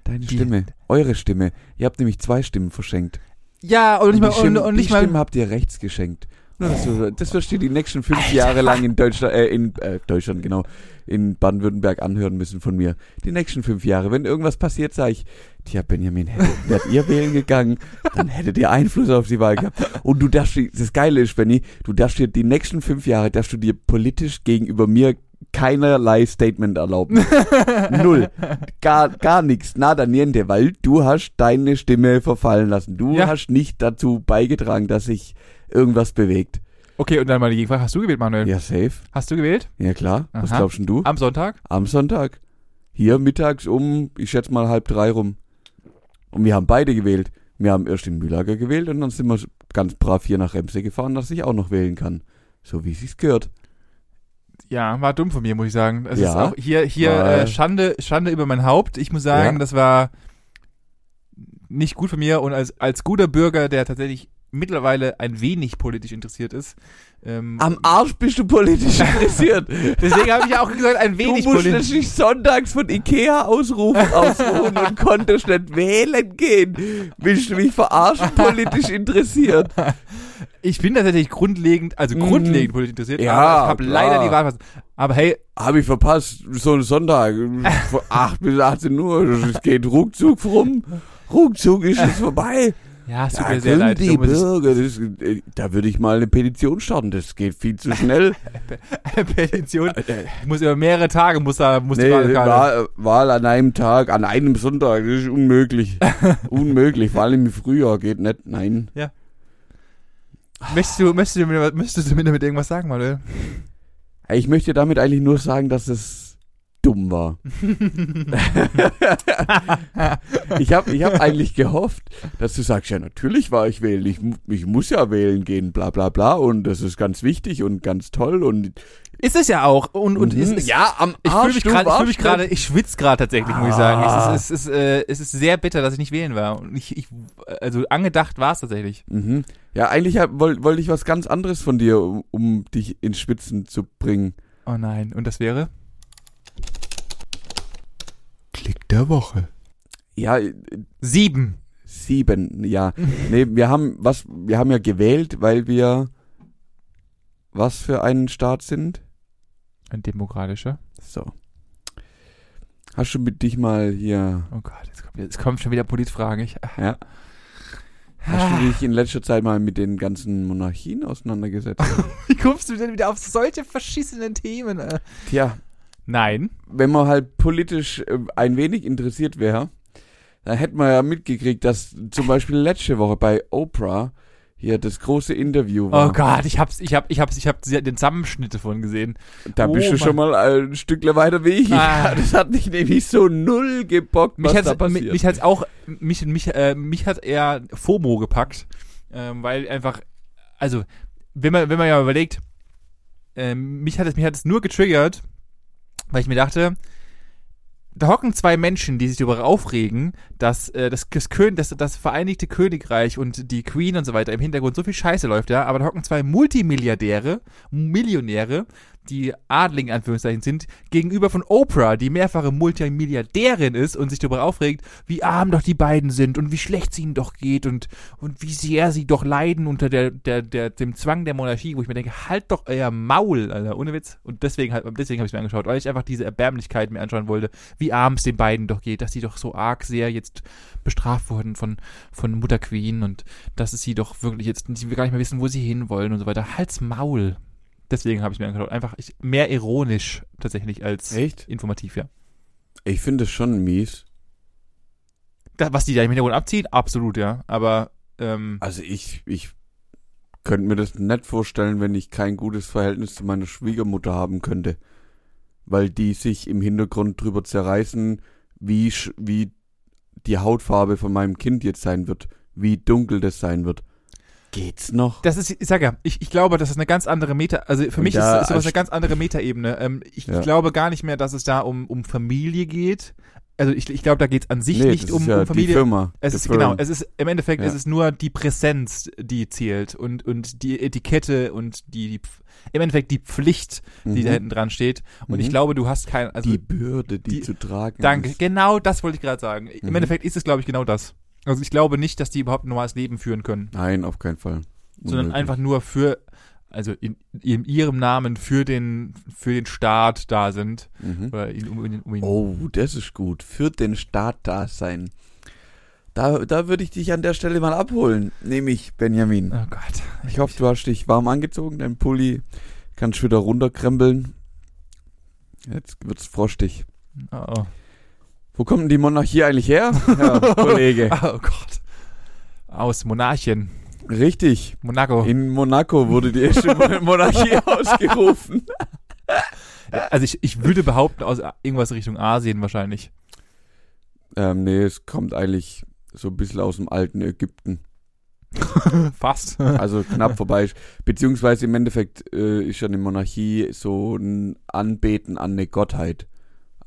[SPEAKER 2] Deine
[SPEAKER 1] Die-
[SPEAKER 2] Stimme. Eure Stimme. Ihr habt nämlich zwei Stimmen verschenkt.
[SPEAKER 1] Ja, und nicht mal.
[SPEAKER 2] die Stimmen-
[SPEAKER 1] Und, und nicht
[SPEAKER 2] die
[SPEAKER 1] mal
[SPEAKER 2] Stimmen habt ihr rechts geschenkt. Nur, dass du, das wirst du die nächsten fünf Jahre lang in Deutschland, äh, in äh, Deutschland, genau, in Baden-Württemberg anhören müssen von mir. Die nächsten fünf Jahre. Wenn irgendwas passiert, sage ich, tja, Benjamin, hättet- wärt ihr wählen gegangen, dann hättet ihr Einfluss auf die Wahl gehabt. Und du darfst, die- das Geile ist, Benny, du darfst dir die nächsten fünf Jahre, darfst du dir politisch gegenüber mir keinerlei Statement erlauben. Null. Gar, gar nichts. Nada niente, weil du hast deine Stimme verfallen lassen. Du
[SPEAKER 1] Ja.
[SPEAKER 2] hast nicht dazu beigetragen, dass sich irgendwas bewegt.
[SPEAKER 1] Okay, und dann mal die Gegenfrage. Hast du gewählt, Manuel?
[SPEAKER 2] Ja, safe.
[SPEAKER 1] Hast du gewählt?
[SPEAKER 2] Ja, klar. Was
[SPEAKER 1] Aha.
[SPEAKER 2] glaubst denn du?
[SPEAKER 1] Am Sonntag?
[SPEAKER 2] Am Sonntag. Hier mittags um, ich schätze mal halb drei rum. Und wir haben beide gewählt. Wir haben erst den Mühlager gewählt und dann sind wir ganz brav hier nach Remse gefahren, dass ich auch noch wählen kann. So wie es sich gehört.
[SPEAKER 1] Ja, war dumm von mir, muss ich sagen. Es
[SPEAKER 2] Ja.
[SPEAKER 1] ist auch hier, hier
[SPEAKER 2] War-
[SPEAKER 1] äh, Schande, Schande über mein Haupt. Ich muss sagen,
[SPEAKER 2] Ja.
[SPEAKER 1] das war nicht gut von mir und als, als guter Bürger, der tatsächlich mittlerweile ein wenig politisch interessiert ist. Ähm,
[SPEAKER 2] Am Arsch bist du politisch interessiert.
[SPEAKER 1] deswegen habe ich ja auch gesagt, ein wenig
[SPEAKER 2] du musst
[SPEAKER 1] politisch.
[SPEAKER 2] natürlich sonntags von Ikea ausrufen, ausruhen und konntest nicht wählen gehen. Willst du mich verarschen, politisch interessiert?
[SPEAKER 1] Ich bin tatsächlich grundlegend, also
[SPEAKER 2] Mm.
[SPEAKER 1] grundlegend politisch interessiert,
[SPEAKER 2] Ja,
[SPEAKER 1] aber ich habe
[SPEAKER 2] klar.
[SPEAKER 1] leider die Wahl verpasst. Aber hey,
[SPEAKER 2] Habe ich verpasst, so einen Sonntag, von 8 bis 18 Uhr, es geht ruckzuck rum. Ruckzuck ist es vorbei.
[SPEAKER 1] ja, es tut
[SPEAKER 2] Da
[SPEAKER 1] mir sehr
[SPEAKER 2] können
[SPEAKER 1] leid.
[SPEAKER 2] die
[SPEAKER 1] Dumme Sis-
[SPEAKER 2] Bürger, das, äh, da würde ich mal eine Petition starten, das geht viel zu schnell.
[SPEAKER 1] Petition.
[SPEAKER 2] Äh,
[SPEAKER 1] Ich muss über mehrere Tage, muss da, muss
[SPEAKER 2] Nee,
[SPEAKER 1] die Wahlkarte.
[SPEAKER 2] Wahl, Wahl an einem Tag, an einem Sonntag, das ist unmöglich. unmöglich, vor allem im Frühjahr geht nicht, nein.
[SPEAKER 1] Möchtest du, möchtest du, mir- möchtest du mir damit irgendwas sagen, Manuel?
[SPEAKER 2] Ich möchte damit eigentlich nur sagen, dass es dumm war. ich habe ich hab eigentlich gehofft, dass du sagst, ja natürlich war ich wählen, ich, mu- ich muss ja wählen gehen, bla bla bla und das ist ganz wichtig und ganz toll und mhm,
[SPEAKER 1] Ist es ja auch. Und, und ist, ist,
[SPEAKER 2] ja, am
[SPEAKER 1] ich fühle
[SPEAKER 2] Arsch,
[SPEAKER 1] mich
[SPEAKER 2] du
[SPEAKER 1] gerade, ich fühle
[SPEAKER 2] warst
[SPEAKER 1] mich gerade, ich schwitze gerade tatsächlich, muss ich sagen.
[SPEAKER 2] Ah.
[SPEAKER 1] Es ist, es, ist, äh, es ist sehr bitter, dass ich nicht wählen war. Und ich, ich also angedacht war es tatsächlich.
[SPEAKER 2] Mhm. Ja, eigentlich hab- woll- wollte ich was ganz anderes von dir, um, um dich ins Spitzen zu bringen.
[SPEAKER 1] Oh nein. Und das wäre?
[SPEAKER 2] Klick der Woche. Ja, äh,
[SPEAKER 1] Sieben.
[SPEAKER 2] sieben, ja. nee, wir haben was, wir haben ja gewählt, weil wir was für einen Staat sind.
[SPEAKER 1] Ein demokratischer.
[SPEAKER 2] So. Hast du mit dich mal hier,
[SPEAKER 1] Oh Gott, jetzt kommt, jetzt kommt schon wieder Politfragen. Ich, äh. Ah.
[SPEAKER 2] ja, hast du dich in letzter Zeit mal mit den ganzen Monarchien auseinandergesetzt?
[SPEAKER 1] Wie kommst du denn wieder auf solche verschissenen Themen? äh?
[SPEAKER 2] Tja,
[SPEAKER 1] Nein.
[SPEAKER 2] wenn man halt politisch äh, ein wenig interessiert wäre, dann hätte man ja mitgekriegt, dass zum Beispiel letzte Woche bei Oprah hier das große Interview war.
[SPEAKER 1] Oh Gott, ich hab's, ich hab, ich hab's, ich hab den Zusammenschnitt davon gesehen.
[SPEAKER 2] Da bist
[SPEAKER 1] Oh
[SPEAKER 2] du schon mal ein Stückle weiter wie ich.
[SPEAKER 1] Ah.
[SPEAKER 2] Das hat mich nämlich so null gebockt,
[SPEAKER 1] Mich
[SPEAKER 2] was da
[SPEAKER 1] hat's, mich,
[SPEAKER 2] passiert.
[SPEAKER 1] mich hat's auch, mich, mich, äh, mich hat eher FOMO gepackt, ähm, weil einfach, also, wenn man, wenn man ja überlegt, ähm, mich hat es, mich hat es nur getriggert, weil ich mir dachte, da hocken zwei Menschen, die sich darüber aufregen, dass, äh, das, das, Kön das, das Vereinigte Königreich und die Queen und so weiter im Hintergrund so viel Scheiße läuft, ja, aber da hocken zwei Multimilliardäre, Millionäre, die Adligen in Anführungszeichen sind, gegenüber von Oprah, die mehrfache Multimilliardärin ist und sich darüber aufregt, wie arm doch die beiden sind und wie schlecht es ihnen doch geht und, und wie sehr sie doch leiden unter der, der, der, dem Zwang der Monarchie, wo ich mir denke, halt doch euer Maul, Alter, ohne Witz. Und deswegen, halt, deswegen habe ich mir angeschaut, weil ich einfach diese Erbärmlichkeit mir anschauen wollte, wie arm es den beiden doch geht, dass sie doch so arg sehr jetzt bestraft wurden von, von Mutter Queen und dass es sie doch wirklich jetzt die wir gar nicht mehr wissen, wo sie hinwollen und so weiter. Halt's Maul. Deswegen habe ich mir angeschaut. Einfach ich, mehr ironisch tatsächlich als
[SPEAKER 2] Echt?
[SPEAKER 1] informativ, ja.
[SPEAKER 2] Ich finde das schon mies.
[SPEAKER 1] Da, was die da im Hintergrund abzieht, absolut, ja. Aber ähm,
[SPEAKER 2] Also ich, ich könnte mir das nicht vorstellen, wenn ich kein gutes Verhältnis zu meiner Schwiegermutter haben könnte. Weil die sich im Hintergrund drüber zerreißen, wie, sch- wie die Hautfarbe von meinem Kind jetzt sein wird. Wie dunkel das sein wird. Geht's noch?
[SPEAKER 1] das ist, ich sag ja, ich, ich glaube, das ist eine ganz andere Meta, also für
[SPEAKER 2] Und
[SPEAKER 1] mich
[SPEAKER 2] da-
[SPEAKER 1] ist, ist sowas eine ganz andere Metaebene. Ähm, ich,
[SPEAKER 2] Ja.
[SPEAKER 1] ich glaube gar nicht mehr, dass es da um, um Familie geht. Also ich, ich glaube, da geht es an sich
[SPEAKER 2] Nee,
[SPEAKER 1] nicht
[SPEAKER 2] das
[SPEAKER 1] um,
[SPEAKER 2] ist ja
[SPEAKER 1] um
[SPEAKER 2] Die
[SPEAKER 1] Familie.
[SPEAKER 2] Firma.
[SPEAKER 1] Es
[SPEAKER 2] The
[SPEAKER 1] ist
[SPEAKER 2] Firm.
[SPEAKER 1] genau, es ist im Endeffekt
[SPEAKER 2] Ja.
[SPEAKER 1] ist es nur die Präsenz, die zählt und, und die Etikette und die, die Pf- im Endeffekt die Pflicht, die da
[SPEAKER 2] Mhm.
[SPEAKER 1] hinten dran steht. Und ich
[SPEAKER 2] Mhm.
[SPEAKER 1] glaube, du hast kein, also
[SPEAKER 2] die Bürde, die,
[SPEAKER 1] die-
[SPEAKER 2] zu tragen
[SPEAKER 1] Danke,
[SPEAKER 2] ist.
[SPEAKER 1] genau das wollte ich gerade sagen. Im
[SPEAKER 2] Mhm.
[SPEAKER 1] Endeffekt ist es, glaube ich, genau das. Also ich glaube nicht, dass die überhaupt ein normales Leben führen können,
[SPEAKER 2] Nein, auf keinen Fall.
[SPEAKER 1] sondern
[SPEAKER 2] Unmöglich.
[SPEAKER 1] einfach nur für, also in, in ihrem Namen für den, für den Staat da sind.
[SPEAKER 2] Mhm.
[SPEAKER 1] Oder ihn, um, ihn- um ihn.
[SPEAKER 2] Oh, das ist gut. Für den Staat da sein. Da, da würde ich dich an der Stelle mal abholen, nämlich Benjamin.
[SPEAKER 1] Oh Gott.
[SPEAKER 2] Ich hoffe, du hast dich warm angezogen, dein Pulli kannst wieder runterkrempeln. Jetzt wird's frostig.
[SPEAKER 1] Oh, oh.
[SPEAKER 2] Wo kommt denn die Monarchie eigentlich her, Herr Kollege?
[SPEAKER 1] oh Gott. Aus Monarchien.
[SPEAKER 2] Richtig.
[SPEAKER 1] Monaco.
[SPEAKER 2] In Monaco wurde die erste Mon- Monarchie ausgerufen.
[SPEAKER 1] Also ich, ich würde behaupten, aus irgendwas Richtung Asien wahrscheinlich.
[SPEAKER 2] Ähm, nee, es kommt eigentlich so ein bisschen aus dem alten Ägypten.
[SPEAKER 1] Fast.
[SPEAKER 2] Also knapp vorbei. Beziehungsweise im Endeffekt äh, ist ja eine Monarchie so ein Anbeten an eine Gottheit.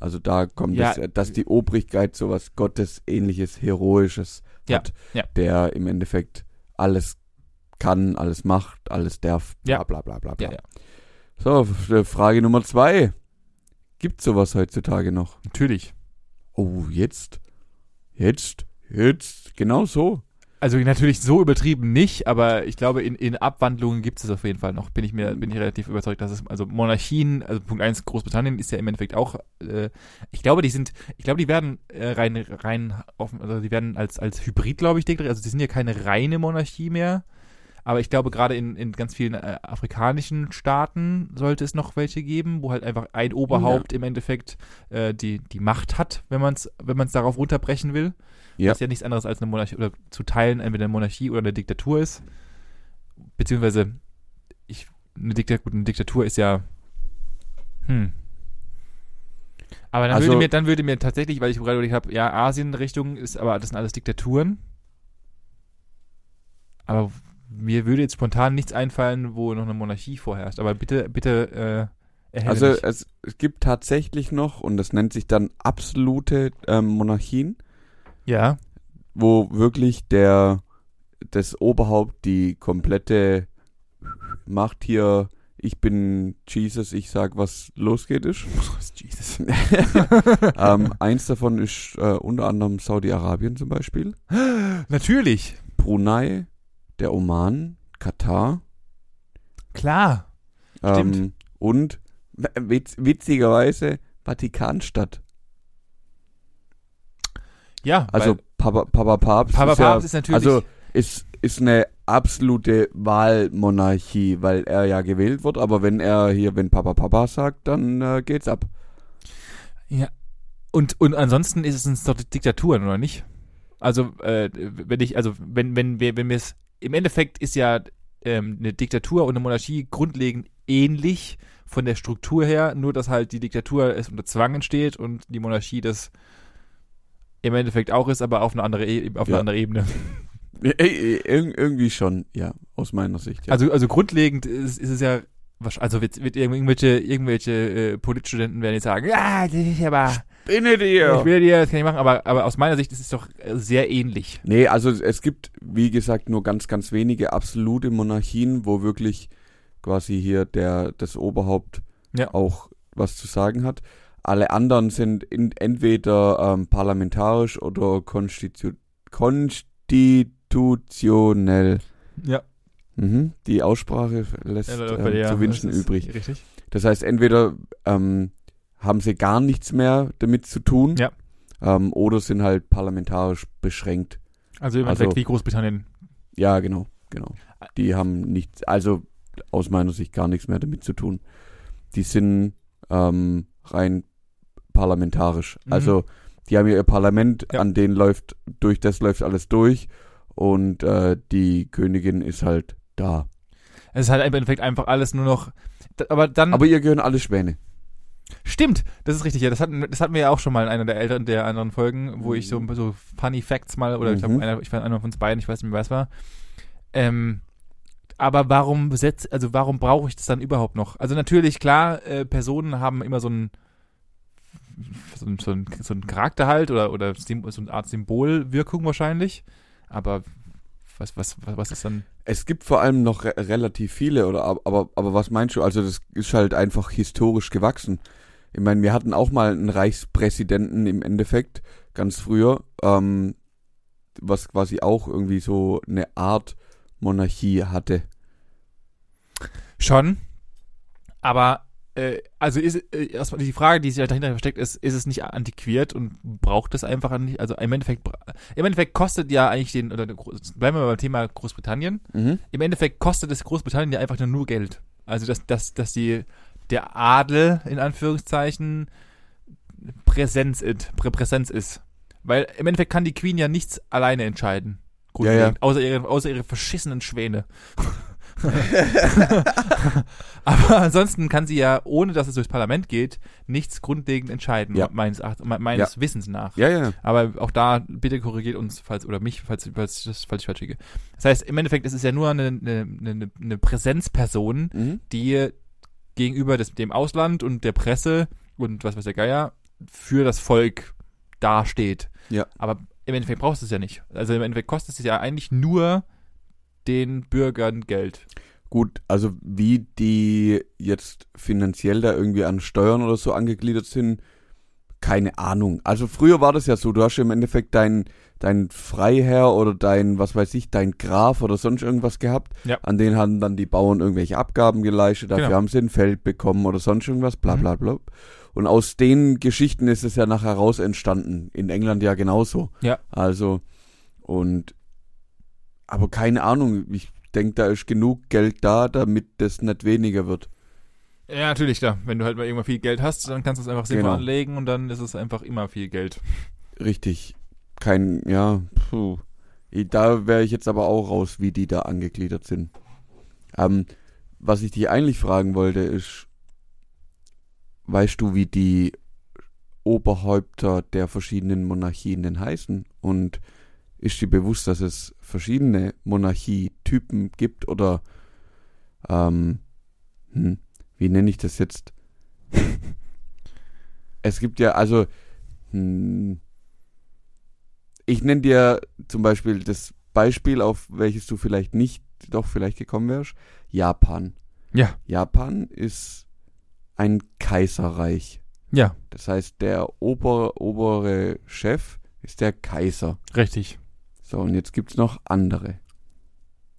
[SPEAKER 2] Also da kommt
[SPEAKER 1] Ja.
[SPEAKER 2] es, äh, dass die Obrigkeit sowas Gottesähnliches, Heroisches
[SPEAKER 1] Ja,
[SPEAKER 2] hat,
[SPEAKER 1] ja.
[SPEAKER 2] der im Endeffekt alles kann, alles macht, alles darf, bla
[SPEAKER 1] Ja.
[SPEAKER 2] bla bla bla bla.
[SPEAKER 1] Ja, ja.
[SPEAKER 2] So, f- äh, Frage Nummer zwei. Gibt sowas heutzutage noch?
[SPEAKER 1] Natürlich.
[SPEAKER 2] Oh, jetzt? Jetzt? Jetzt? Genau so.
[SPEAKER 1] Also natürlich so übertrieben nicht, aber ich glaube, in, in Abwandlungen gibt es auf jeden Fall noch. Bin ich mir, bin ich relativ überzeugt, dass es, also Monarchien, also Punkt eins Großbritannien ist ja im Endeffekt auch, äh, ich glaube, die sind, ich glaube, die werden äh, rein, rein offen, also die werden als, als Hybrid, glaube ich, deklariert. Also die sind ja keine reine Monarchie mehr. Aber ich glaube, gerade in, in ganz vielen äh, afrikanischen Staaten sollte es noch welche geben, wo halt einfach ein Oberhaupt im Endeffekt äh, die, die Macht hat, wenn man es wenn man's darauf runterbrechen will.
[SPEAKER 2] Ja.
[SPEAKER 1] Das ist ja nichts anderes als eine Monarchie oder zu teilen entweder eine Monarchie oder eine Diktatur ist. Beziehungsweise ich, eine, Dikta gut, eine Diktatur ist ja. Hm. Aber dann,
[SPEAKER 2] Also-
[SPEAKER 1] würde mir, dann würde mir tatsächlich, weil ich gerade überlegt habe, ja, Asien-Richtung ist, aber das sind alles Diktaturen. Aber mir würde jetzt spontan nichts einfallen, wo noch eine Monarchie vorherrscht. Aber bitte, bitte, äh, erhelle
[SPEAKER 2] Also
[SPEAKER 1] mich.
[SPEAKER 2] es, es gibt tatsächlich noch, und das nennt sich dann absolute ähm, Monarchien,
[SPEAKER 1] ja,
[SPEAKER 2] wo wirklich der das Oberhaupt die komplette Macht hier, ich bin Jesus, ich sag, was losgeht, ist.
[SPEAKER 1] Jesus.
[SPEAKER 2] ähm, eins davon ist äh, unter anderem Saudi-Arabien zum Beispiel,
[SPEAKER 1] Natürlich,
[SPEAKER 2] Brunei, der Oman, Katar.
[SPEAKER 1] klar. Stimmt.
[SPEAKER 2] Ähm, und w- witz, witzigerweise Vatikanstadt.
[SPEAKER 1] Ja,
[SPEAKER 2] Also
[SPEAKER 1] weil
[SPEAKER 2] Papa, Papa Papst.
[SPEAKER 1] Papa
[SPEAKER 2] ja-
[SPEAKER 1] Papst ist natürlich.
[SPEAKER 2] Also ist, ist eine absolute Wahlmonarchie, weil er ja gewählt wird, aber wenn er hier, wenn Papa Papa sagt, dann äh, geht's ab.
[SPEAKER 1] Und, und ansonsten ist es uns doch Diktaturen, oder nicht? Also, äh, wenn ich, also, wenn, wenn wir, wenn wir es, im Endeffekt ist ja ähm, eine Diktatur und eine Monarchie grundlegend ähnlich von der Struktur her, nur dass halt die Diktatur es unter Zwang entsteht und die Monarchie das im Endeffekt auch ist, aber auf eine andere, e auf eine
[SPEAKER 2] Ja.
[SPEAKER 1] andere Ebene.
[SPEAKER 2] Ir ir- irgendwie schon, ja, aus meiner Sicht. Ja.
[SPEAKER 1] Also, also grundlegend ist, ist es ja, wahrsch- also wird, wird irgendwelche, irgendwelche äh, Politstudenten werden jetzt sagen, ja, das ist aber,
[SPEAKER 2] Spinne dir!
[SPEAKER 1] ich will dir, das kann ich machen, aber, aber aus meiner Sicht ist es doch äh, sehr ähnlich.
[SPEAKER 2] Nee, also es gibt, wie gesagt, nur ganz, ganz wenige absolute Monarchien, wo wirklich quasi hier der, das Oberhaupt
[SPEAKER 1] Ja.
[SPEAKER 2] auch was zu sagen hat. Alle anderen sind in, entweder ähm, parlamentarisch oder konstitu konstitutionell.
[SPEAKER 1] Ja,
[SPEAKER 2] Mhm. Die Aussprache lässt ähm, zu wünschen übrig.
[SPEAKER 1] Richtig.
[SPEAKER 2] Das heißt, entweder ähm, haben sie gar nichts mehr damit zu tun
[SPEAKER 1] Ja.
[SPEAKER 2] ähm, oder sind halt parlamentarisch beschränkt.
[SPEAKER 1] Also im
[SPEAKER 2] Also-
[SPEAKER 1] Endeffekt wie Großbritannien.
[SPEAKER 2] Ja, genau, genau. Die haben nichts, also aus meiner Sicht gar nichts mehr damit zu tun. Die sind ähm, rein parlamentarisch.
[SPEAKER 1] Mhm.
[SPEAKER 2] Also die haben ihr Parlament,
[SPEAKER 1] Ja.
[SPEAKER 2] an denen läuft, durch das läuft alles durch und äh, die Königin ist halt da.
[SPEAKER 1] Es ist halt im Endeffekt einfach alles nur noch. Da- Aber dann.
[SPEAKER 2] Aber ihr gehören alle Schwäne.
[SPEAKER 1] stimmt, das ist richtig. Ja, das hatten, das hatten wir ja auch schon mal in einer der älteren, der anderen Folgen, wo ich so, so Funny Facts mal, oder ich glaube,
[SPEAKER 2] Mhm.
[SPEAKER 1] einer, ich war einer von uns beiden, ich weiß nicht mehr, wer es war. Ähm, aber warum setz, also warum brauche ich das dann überhaupt noch? Also natürlich, klar, äh, Personen haben immer so einen so einen, so einen, so einen Charakter halt oder, oder Sym- so eine Art Symbolwirkung wahrscheinlich. Aber was, was, was was ist dann.
[SPEAKER 2] Es gibt vor allem noch re relativ viele, oder ab- aber, aber was meinst du? Also das ist halt einfach historisch gewachsen. Ich meine, wir hatten auch mal einen Reichspräsidenten im Endeffekt, ganz früher, ähm, was quasi auch irgendwie so eine Art Monarchie hatte.
[SPEAKER 1] Schon. Aber äh, also ist äh, erstmal die Frage, die sich halt dahinter versteckt, ist, ist es nicht antiquiert und braucht es einfach nicht? Also im Endeffekt, bra- im Endeffekt kostet ja eigentlich den, oder Groß- bleiben wir beim Thema Großbritannien, im Endeffekt kostet es Großbritannien ja einfach nur, nur Geld. Also dass, dass, dass die der Adel in Anführungszeichen Präsenz ist, Prä Präsenz ist. Weil im Endeffekt kann die Queen ja nichts alleine entscheiden. grundlegend, Außer, ihre, außer ihre verschissenen Schwäne. Aber ansonsten kann sie ja, ohne dass es durchs Parlament geht, nichts grundlegend entscheiden,
[SPEAKER 2] Ja.
[SPEAKER 1] meines, Eracht- me- meines Wissens nach.
[SPEAKER 2] Ja, ja.
[SPEAKER 1] Aber auch da, bitte korrigiert uns, falls, oder mich, falls, falls ich das falsch verticke. Das heißt, im Endeffekt ist es ja nur eine, eine, eine, eine Präsenzperson,
[SPEAKER 2] Mhm.
[SPEAKER 1] die gegenüber des, dem Ausland und der Presse und was weiß der Geier für das Volk dasteht.
[SPEAKER 2] Ja.
[SPEAKER 1] Aber im Endeffekt brauchst du es ja nicht. Also im Endeffekt kostet es ja eigentlich nur den Bürgern Geld.
[SPEAKER 2] Gut, also wie die jetzt finanziell da irgendwie an Steuern oder so angegliedert sind, keine Ahnung. Also früher war das ja so, du hast ja im Endeffekt dein, dein Freiherr oder dein, was weiß ich, dein Graf oder sonst irgendwas gehabt.
[SPEAKER 1] Ja.
[SPEAKER 2] An den haben dann die Bauern irgendwelche Abgaben geleistet, dafür
[SPEAKER 1] Genau.
[SPEAKER 2] haben sie ein Feld bekommen oder sonst irgendwas, bla
[SPEAKER 1] Mhm.
[SPEAKER 2] bla bla. Und aus den Geschichten ist es ja nachher raus entstanden. In England ja genauso.
[SPEAKER 1] Ja.
[SPEAKER 2] Also, und, aber keine Ahnung, ich denke, da ist genug Geld da, damit das nicht weniger wird.
[SPEAKER 1] Ja, natürlich, klar. Wenn du halt mal irgendwann viel Geld hast, dann kannst du es einfach sinnvoll
[SPEAKER 2] Genau.
[SPEAKER 1] anlegen und dann ist es einfach immer viel Geld.
[SPEAKER 2] Richtig. Kein, ja, puh. Ich- Da wäre ich jetzt aber auch raus, wie die da angegliedert sind. Ähm, was ich dich eigentlich fragen wollte, ist, weißt du, wie die Oberhäupter der verschiedenen Monarchien denn heißen? Und ist dir bewusst, dass es verschiedene Monarchietypen gibt oder ähm, hm, wie nenne ich das jetzt? es gibt ja, also hm, ich nenne dir zum Beispiel das Beispiel, auf welches du vielleicht nicht, doch vielleicht gekommen wärst, Japan.
[SPEAKER 1] Ja.
[SPEAKER 2] Japan ist ein Kaiserreich.
[SPEAKER 1] Ja,
[SPEAKER 2] Das heißt, der ober, obere Chef ist der Kaiser.
[SPEAKER 1] richtig.
[SPEAKER 2] So, und jetzt gibt es noch andere.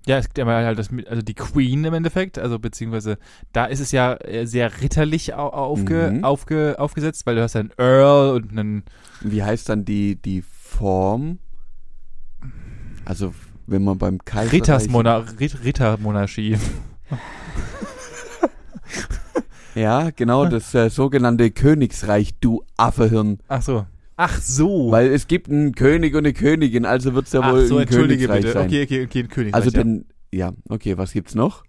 [SPEAKER 1] Ja, es gibt ja mal halt das, mit- also die Queen im Endeffekt, also beziehungsweise da ist es ja äh, sehr ritterlich au- aufge,
[SPEAKER 2] Mhm.
[SPEAKER 1] aufge, aufgesetzt, weil du hast ja einen Earl und einen,
[SPEAKER 2] Wie heißt dann die, die Form? Also, wenn man beim Kaiser.
[SPEAKER 1] Rittersmona Rit- Rittermonarchie.
[SPEAKER 2] Ja, genau, das äh, sogenannte Königsreich, du Affehirn.
[SPEAKER 1] Ach so. Ach so.
[SPEAKER 2] Weil es gibt einen König und eine Königin, also wird es ja
[SPEAKER 1] Ach
[SPEAKER 2] wohl
[SPEAKER 1] so,
[SPEAKER 2] ein
[SPEAKER 1] entschuldige
[SPEAKER 2] Königreich
[SPEAKER 1] bitte.
[SPEAKER 2] sein.
[SPEAKER 1] Okay, okay, okay, ein Königreich.
[SPEAKER 2] also,
[SPEAKER 1] ja.
[SPEAKER 2] dann, ja, okay, was gibt's noch?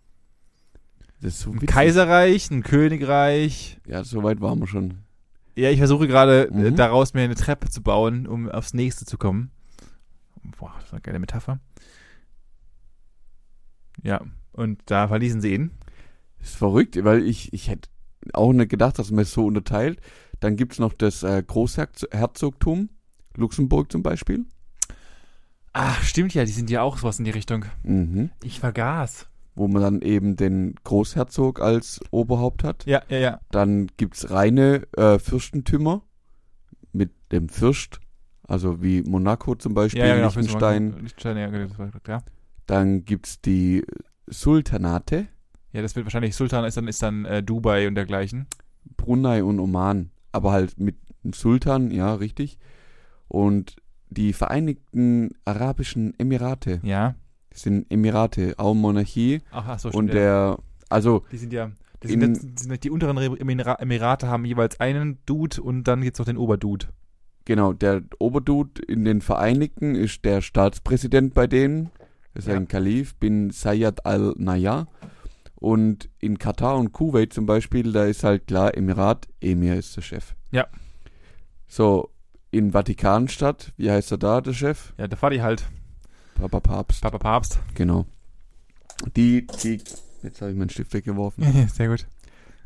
[SPEAKER 2] Das ist so
[SPEAKER 1] ein
[SPEAKER 2] witzig.
[SPEAKER 1] Kaiserreich, ein Königreich.
[SPEAKER 2] Ja, so weit waren wir schon.
[SPEAKER 1] Ja, ich versuche gerade äh,
[SPEAKER 2] Mhm.
[SPEAKER 1] daraus mir eine Treppe zu bauen, um aufs nächste zu kommen. Boah, das ist eine geile Metapher. Ja, und da verließen sie ihn.
[SPEAKER 2] Ist verrückt, weil ich, ich hätte auch nicht gedacht, dass man es so unterteilt. Dann gibt es noch das äh, Großherzogtum, Luxemburg zum Beispiel.
[SPEAKER 1] Ach, stimmt ja, die sind ja auch sowas in die Richtung.
[SPEAKER 2] Mhm.
[SPEAKER 1] Ich vergaß.
[SPEAKER 2] Wo man dann eben den Großherzog als Oberhaupt hat.
[SPEAKER 1] Ja, ja, ja.
[SPEAKER 2] Dann gibt es reine äh, Fürstentümer mit dem Fürst, also wie Monaco zum Beispiel,
[SPEAKER 1] Ja, ja, genau.
[SPEAKER 2] Liechtenstein.
[SPEAKER 1] Liechtenstein, ja, genau, das war korrekt, ja.
[SPEAKER 2] Dann gibt es die Sultanate,
[SPEAKER 1] Ja, das wird wahrscheinlich Sultan ist dann, ist dann äh, Dubai und dergleichen.
[SPEAKER 2] Brunei und Oman, aber halt mit einem Sultan, ja, richtig. Und die Vereinigten Arabischen Emirate
[SPEAKER 1] Ja.
[SPEAKER 2] sind Emirate, auch Monarchie.
[SPEAKER 1] Ach, ach so,
[SPEAKER 2] und
[SPEAKER 1] ja.
[SPEAKER 2] der, also,
[SPEAKER 1] Die sind ja. Die,
[SPEAKER 2] In-
[SPEAKER 1] sind jetzt, die sind, die unteren Re- Emira- Emirate haben jeweils einen Dude und dann gibt's noch den Oberdude.
[SPEAKER 2] genau, der Oberdude in den Vereinigten ist der Staatspräsident bei denen. Das ist
[SPEAKER 1] Ja.
[SPEAKER 2] ein Kalif, bin Sayyad al-Naya. Und in Katar und Kuwait zum Beispiel, da ist halt klar, Emirat, Emir ist der Chef.
[SPEAKER 1] Ja.
[SPEAKER 2] So, in Vatikanstadt, wie heißt er da, der Chef?
[SPEAKER 1] Ja, der Fadi halt.
[SPEAKER 2] Papa Papst.
[SPEAKER 1] Papa Papst.
[SPEAKER 2] Genau. Die, die, jetzt habe ich meinen Stift weggeworfen.
[SPEAKER 1] Sehr gut.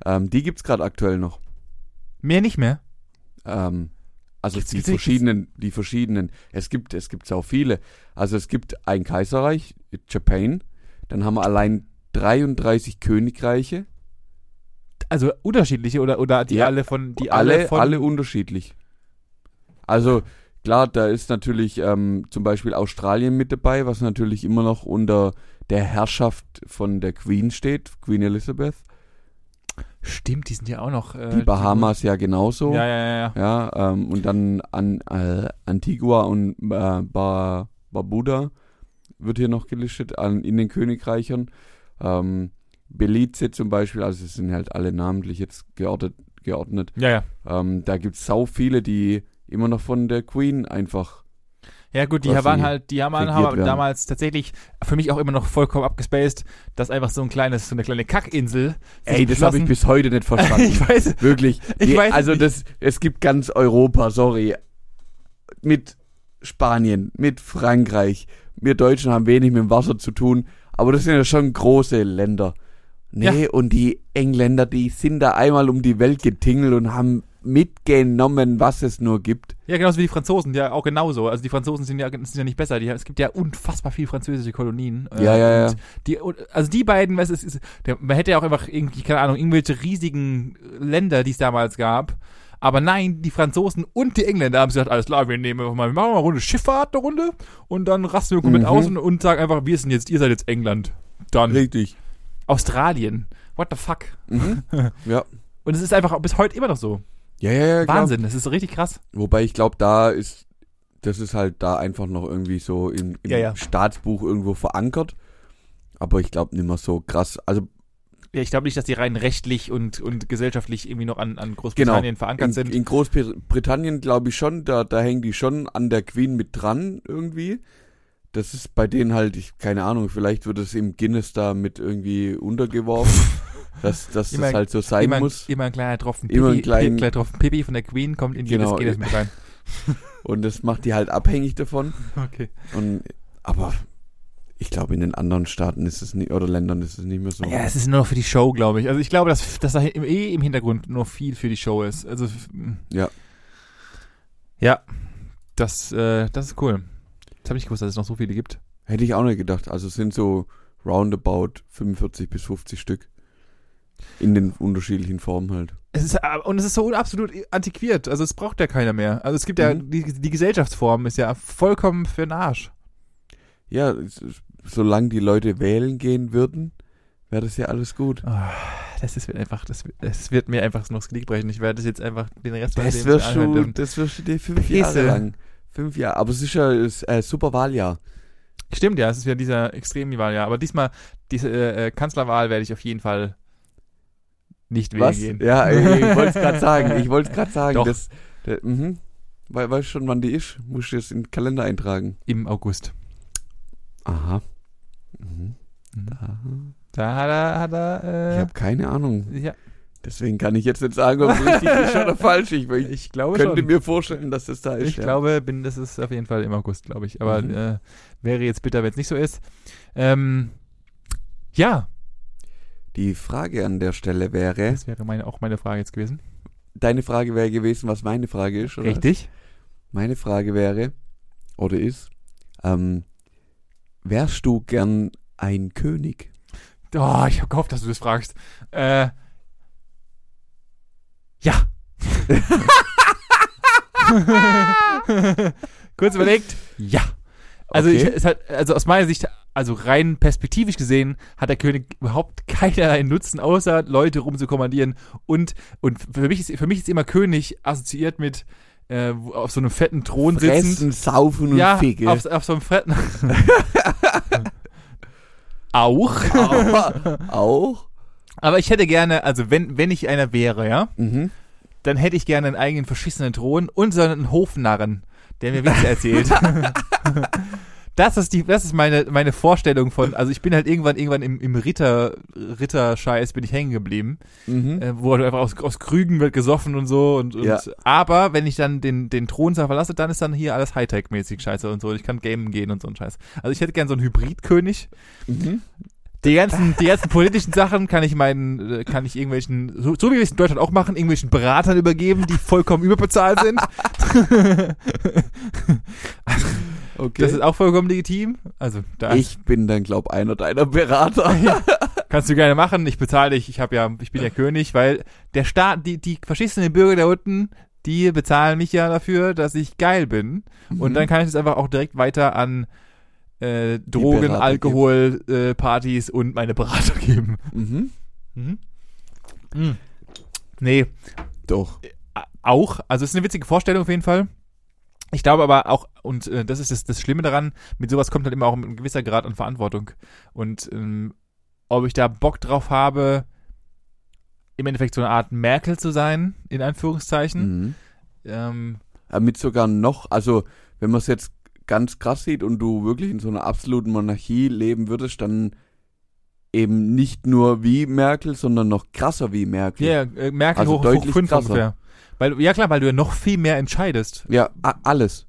[SPEAKER 2] Ähm, die gibt's gerade aktuell noch.
[SPEAKER 1] Mehr nicht mehr.
[SPEAKER 2] Ähm, also
[SPEAKER 1] Gibt's-
[SPEAKER 2] die
[SPEAKER 1] gibt's-
[SPEAKER 2] verschiedenen, die verschiedenen. Es gibt, es gibt auch viele. Also es gibt ein Kaiserreich, Japan. Dann haben wir allein 33 Königreiche.
[SPEAKER 1] Also unterschiedliche oder, oder die
[SPEAKER 2] Ja.
[SPEAKER 1] alle von. Die alle,
[SPEAKER 2] alle, alle,
[SPEAKER 1] von,
[SPEAKER 2] unterschiedlich. Also klar, da ist natürlich ähm, zum Beispiel Australien mit dabei, was natürlich immer noch unter der Herrschaft von der Queen steht, Queen Elizabeth.
[SPEAKER 1] Stimmt, die sind ja auch noch. Äh,
[SPEAKER 2] Die Bahamas ja genauso.
[SPEAKER 1] Ja, ja, ja, ja.
[SPEAKER 2] Ja, ähm, und dann an äh, Antigua und äh, Bar, Barbuda wird hier noch gelistet, an, in den Königreichern. Ähm, Belize zum Beispiel, also es sind halt alle namentlich jetzt geordnet. geordnet.
[SPEAKER 1] Ja, ja.
[SPEAKER 2] Ähm, da gibt es sau viele, die immer noch von der Queen einfach.
[SPEAKER 1] Ja gut, die
[SPEAKER 2] quasi
[SPEAKER 1] waren halt, die haben,
[SPEAKER 2] regiert
[SPEAKER 1] haben
[SPEAKER 2] werden.
[SPEAKER 1] damals tatsächlich für mich auch immer noch vollkommen abgespaced, dass einfach so ein kleines, so eine kleine Kackinsel. sich
[SPEAKER 2] Ey, das habe ich
[SPEAKER 1] beschlossen-
[SPEAKER 2] bis heute nicht verstanden.
[SPEAKER 1] ich weiß.
[SPEAKER 2] Wirklich.
[SPEAKER 1] Ich
[SPEAKER 2] Die-
[SPEAKER 1] weiß es
[SPEAKER 2] also
[SPEAKER 1] nicht.
[SPEAKER 2] das, es gibt ganz Europa, sorry. Mit Spanien, mit Frankreich. Wir Deutschen haben wenig mit dem Wasser zu tun, aber das sind ja schon große Länder. Nee, und die Engländer, die sind da einmal um die Welt getingelt und haben mitgenommen, was es nur gibt.
[SPEAKER 1] Ja, genauso wie die Franzosen, ja auch genauso. Also die Franzosen sind ja, sind ja nicht besser. Die, es gibt ja unfassbar viel französische Kolonien. äh,
[SPEAKER 2] Ja, ja,
[SPEAKER 1] und
[SPEAKER 2] ja.
[SPEAKER 1] Die, und- also die beiden, was ist, ist der, man hätte ja auch einfach irgendwie, keine Ahnung, irgendwelche riesigen Länder, die es damals gab. Aber nein, die Franzosen und die Engländer haben sich gesagt, alles klar, wir nehmen einfach mal, wir machen mal eine Runde Schifffahrt, eine Runde und dann rasten wir komplett
[SPEAKER 2] Mhm.
[SPEAKER 1] aus und, und sagen einfach, wir sind jetzt, ihr seid jetzt England. Dann.
[SPEAKER 2] Richtig.
[SPEAKER 1] Australien. What the fuck?
[SPEAKER 2] Mhm. ja.
[SPEAKER 1] Und es ist einfach bis heute immer noch so.
[SPEAKER 2] Ja, ja, ja, klar.
[SPEAKER 1] Wahnsinn, das ist richtig krass.
[SPEAKER 2] Wobei ich glaube, da ist, das ist halt da einfach noch irgendwie so im, im
[SPEAKER 1] Ja, ja.
[SPEAKER 2] Staatsbuch irgendwo verankert. Aber ich glaube nicht mehr so krass. Also
[SPEAKER 1] Ja, ich glaube nicht, dass die rein rechtlich und, und gesellschaftlich irgendwie noch an, an Großbritannien verankert
[SPEAKER 2] Genau. in,
[SPEAKER 1] sind.
[SPEAKER 2] in Großbritannien glaube ich schon, da, da hängen die schon an der Queen mit dran irgendwie. Das ist bei denen halt, ich, keine Ahnung, vielleicht wird es im Guinness da mit irgendwie untergeworfen. dass, dass
[SPEAKER 1] Immer-
[SPEAKER 2] das halt so sein
[SPEAKER 1] immer,
[SPEAKER 2] muss.
[SPEAKER 1] immer ein kleiner Tropfen
[SPEAKER 2] Immer ein
[SPEAKER 1] Pipi,
[SPEAKER 2] klein-
[SPEAKER 1] kleiner Tropfen Pipi von der Queen kommt in
[SPEAKER 2] Genau.
[SPEAKER 1] jedes Glas mit rein.
[SPEAKER 2] Und das macht die halt abhängig davon.
[SPEAKER 1] Okay.
[SPEAKER 2] Und, aber ich glaube, in den anderen Staaten ist es nicht, oder Ländern ist es nicht mehr so.
[SPEAKER 1] Ja, es ist nur noch für die Show, glaube ich. Also ich glaube, dass, dass da im, eh im Hintergrund nur viel für die Show ist. Also f- m.
[SPEAKER 2] Ja.
[SPEAKER 1] Ja, das, äh, das ist cool. Jetzt habe ich gewusst, dass es noch so viele gibt.
[SPEAKER 2] Hätte ich auch nicht gedacht. Also es sind so roundabout 45 bis 50 Stück. In den unterschiedlichen Formen halt.
[SPEAKER 1] Es ist, äh, und es ist so absolut antiquiert. Also es braucht ja keiner mehr. Also es gibt ja,
[SPEAKER 2] Mhm.
[SPEAKER 1] die, die Gesellschaftsform ist ja vollkommen für den Arsch.
[SPEAKER 2] Ja, es ist- solange die Leute wählen gehen würden, wäre das ja alles gut.
[SPEAKER 1] Ah, das ist mir einfach, das, wird- das wird mir einfach nur das Genick brechen. Ich werde das jetzt einfach den Rest meines Lebens
[SPEAKER 2] Das wirst,
[SPEAKER 1] anhören
[SPEAKER 2] du,
[SPEAKER 1] dürfen.
[SPEAKER 2] das wirst du dir fünf
[SPEAKER 1] Pisse.
[SPEAKER 2] Jahre lang. Fünf Jahre. Aber es ist ja das, äh, super Wahljahr.
[SPEAKER 1] Stimmt, ja, es ist wieder dieser Extremwahl, ja. Aber diesmal, diese äh, äh, Kanzlerwahl werde ich auf jeden Fall nicht wählen
[SPEAKER 2] Was?
[SPEAKER 1] gehen.
[SPEAKER 2] Ja, ich, ich wollte es gerade sagen. Ich wollte es gerade sagen.
[SPEAKER 1] Doch.
[SPEAKER 2] Das, der, mhm. Wei- weißt schon, wann die ist? Musst du das in den Kalender eintragen.
[SPEAKER 1] Im August.
[SPEAKER 2] Aha. Mhm. Aha.
[SPEAKER 1] Da hat er, hat er,
[SPEAKER 2] Ich
[SPEAKER 1] äh,
[SPEAKER 2] habe keine Ahnung.
[SPEAKER 1] ja,
[SPEAKER 2] Deswegen kann ich jetzt nicht sagen, ob es richtig ist oder falsch. Ich, ich,
[SPEAKER 1] ich glaube
[SPEAKER 2] könnte
[SPEAKER 1] schon.
[SPEAKER 2] mir vorstellen, dass das da ist.
[SPEAKER 1] ich
[SPEAKER 2] ja.
[SPEAKER 1] glaube, bin, das ist auf jeden Fall im August, glaube ich. Aber
[SPEAKER 2] Mhm.
[SPEAKER 1] äh, wäre jetzt bitter, wenn es nicht so ist. Ähm, ja,
[SPEAKER 2] Die Frage an der Stelle wäre,
[SPEAKER 1] das wäre meine, auch meine Frage jetzt gewesen.
[SPEAKER 2] deine Frage wäre gewesen, was meine Frage ist, oder?
[SPEAKER 1] Richtig?
[SPEAKER 2] Meine Frage wäre, oder ist, ähm, wärst du gern ein König?
[SPEAKER 1] Oh, ich habe gehofft, dass du das fragst. Äh, ja. Kurz überlegt. Ja. Also,
[SPEAKER 2] Okay.
[SPEAKER 1] ich, es hat, also aus meiner Sicht, also rein perspektivisch gesehen, hat der König überhaupt keinerlei Nutzen, außer Leute rumzukommandieren. Und, und für, mich ist, für mich ist immer König assoziiert mit äh, wo- auf so einem fetten Thron sitzend
[SPEAKER 2] Fressen, saufen und
[SPEAKER 1] ja,
[SPEAKER 2] Ficke.
[SPEAKER 1] Auf, auf so einem Fred. Auch.
[SPEAKER 2] Aber auch?
[SPEAKER 1] Aber ich hätte gerne, also wenn, wenn ich einer wäre, ja,
[SPEAKER 2] Mhm.
[SPEAKER 1] dann hätte ich gerne einen eigenen verschissenen Thron und so einen Hofnarren, der mir Witze erzählt. Das ist, die, das ist meine, meine Vorstellung von, also ich bin halt irgendwann, irgendwann im, im Ritter, Ritterscheiß bin ich hängen geblieben,
[SPEAKER 2] Mhm.
[SPEAKER 1] äh, wo halt einfach aus, aus Krügen wird gesoffen und so und, und
[SPEAKER 2] Ja.
[SPEAKER 1] aber wenn ich dann den, den Thronsaal verlasse, dann ist dann hier alles Hightech-mäßig scheiße und so, ich kann gamen gehen und so ein Scheiß. Also ich hätte gern so einen Hybridkönig,
[SPEAKER 2] Mhm.
[SPEAKER 1] die ganzen, die ganzen politischen Sachen kann ich meinen, äh, kann ich irgendwelchen, so, so wie wir es in Deutschland auch machen, irgendwelchen Beratern übergeben, die vollkommen überbezahlt sind.
[SPEAKER 2] Okay.
[SPEAKER 1] Das ist auch vollkommen legitim. Also da
[SPEAKER 2] ich bin dann, glaub einer deiner Berater.
[SPEAKER 1] kannst du gerne machen. Ich bezahle dich. Ich habe ja, ich bin ja König, weil der Staat, die die verschissenen Bürger da unten, die bezahlen mich ja dafür, dass ich geil bin. Und
[SPEAKER 2] Mhm.
[SPEAKER 1] dann kann ich das einfach auch direkt weiter an äh, Drogen,
[SPEAKER 2] Berater
[SPEAKER 1] Alkohol, äh, Partys und meine Berater geben.
[SPEAKER 2] Mhm.
[SPEAKER 1] Mhm. Mhm. Nee,
[SPEAKER 2] Doch.
[SPEAKER 1] A- auch. Also es ist eine witzige Vorstellung auf jeden Fall. Ich glaube aber auch, und äh, das ist das, das Schlimme daran, mit sowas kommt halt immer auch ein gewisser Grad an Verantwortung. Und ähm, ob ich da Bock drauf habe, im Endeffekt so eine Art Merkel zu sein, in Anführungszeichen.
[SPEAKER 2] Mhm.
[SPEAKER 1] Ähm,
[SPEAKER 2] Aber Äh, Mit sogar noch, also wenn man es jetzt ganz krass sieht und du wirklich in so einer absoluten Monarchie leben würdest, dann eben nicht nur wie Merkel, sondern noch krasser wie Merkel.
[SPEAKER 1] ja, äh, Merkel
[SPEAKER 2] Also
[SPEAKER 1] hoch, hoch
[SPEAKER 2] deutlich
[SPEAKER 1] 5
[SPEAKER 2] krasser.
[SPEAKER 1] ungefähr. Weil, ja klar, weil du ja noch viel mehr entscheidest.
[SPEAKER 2] Ja, a- alles.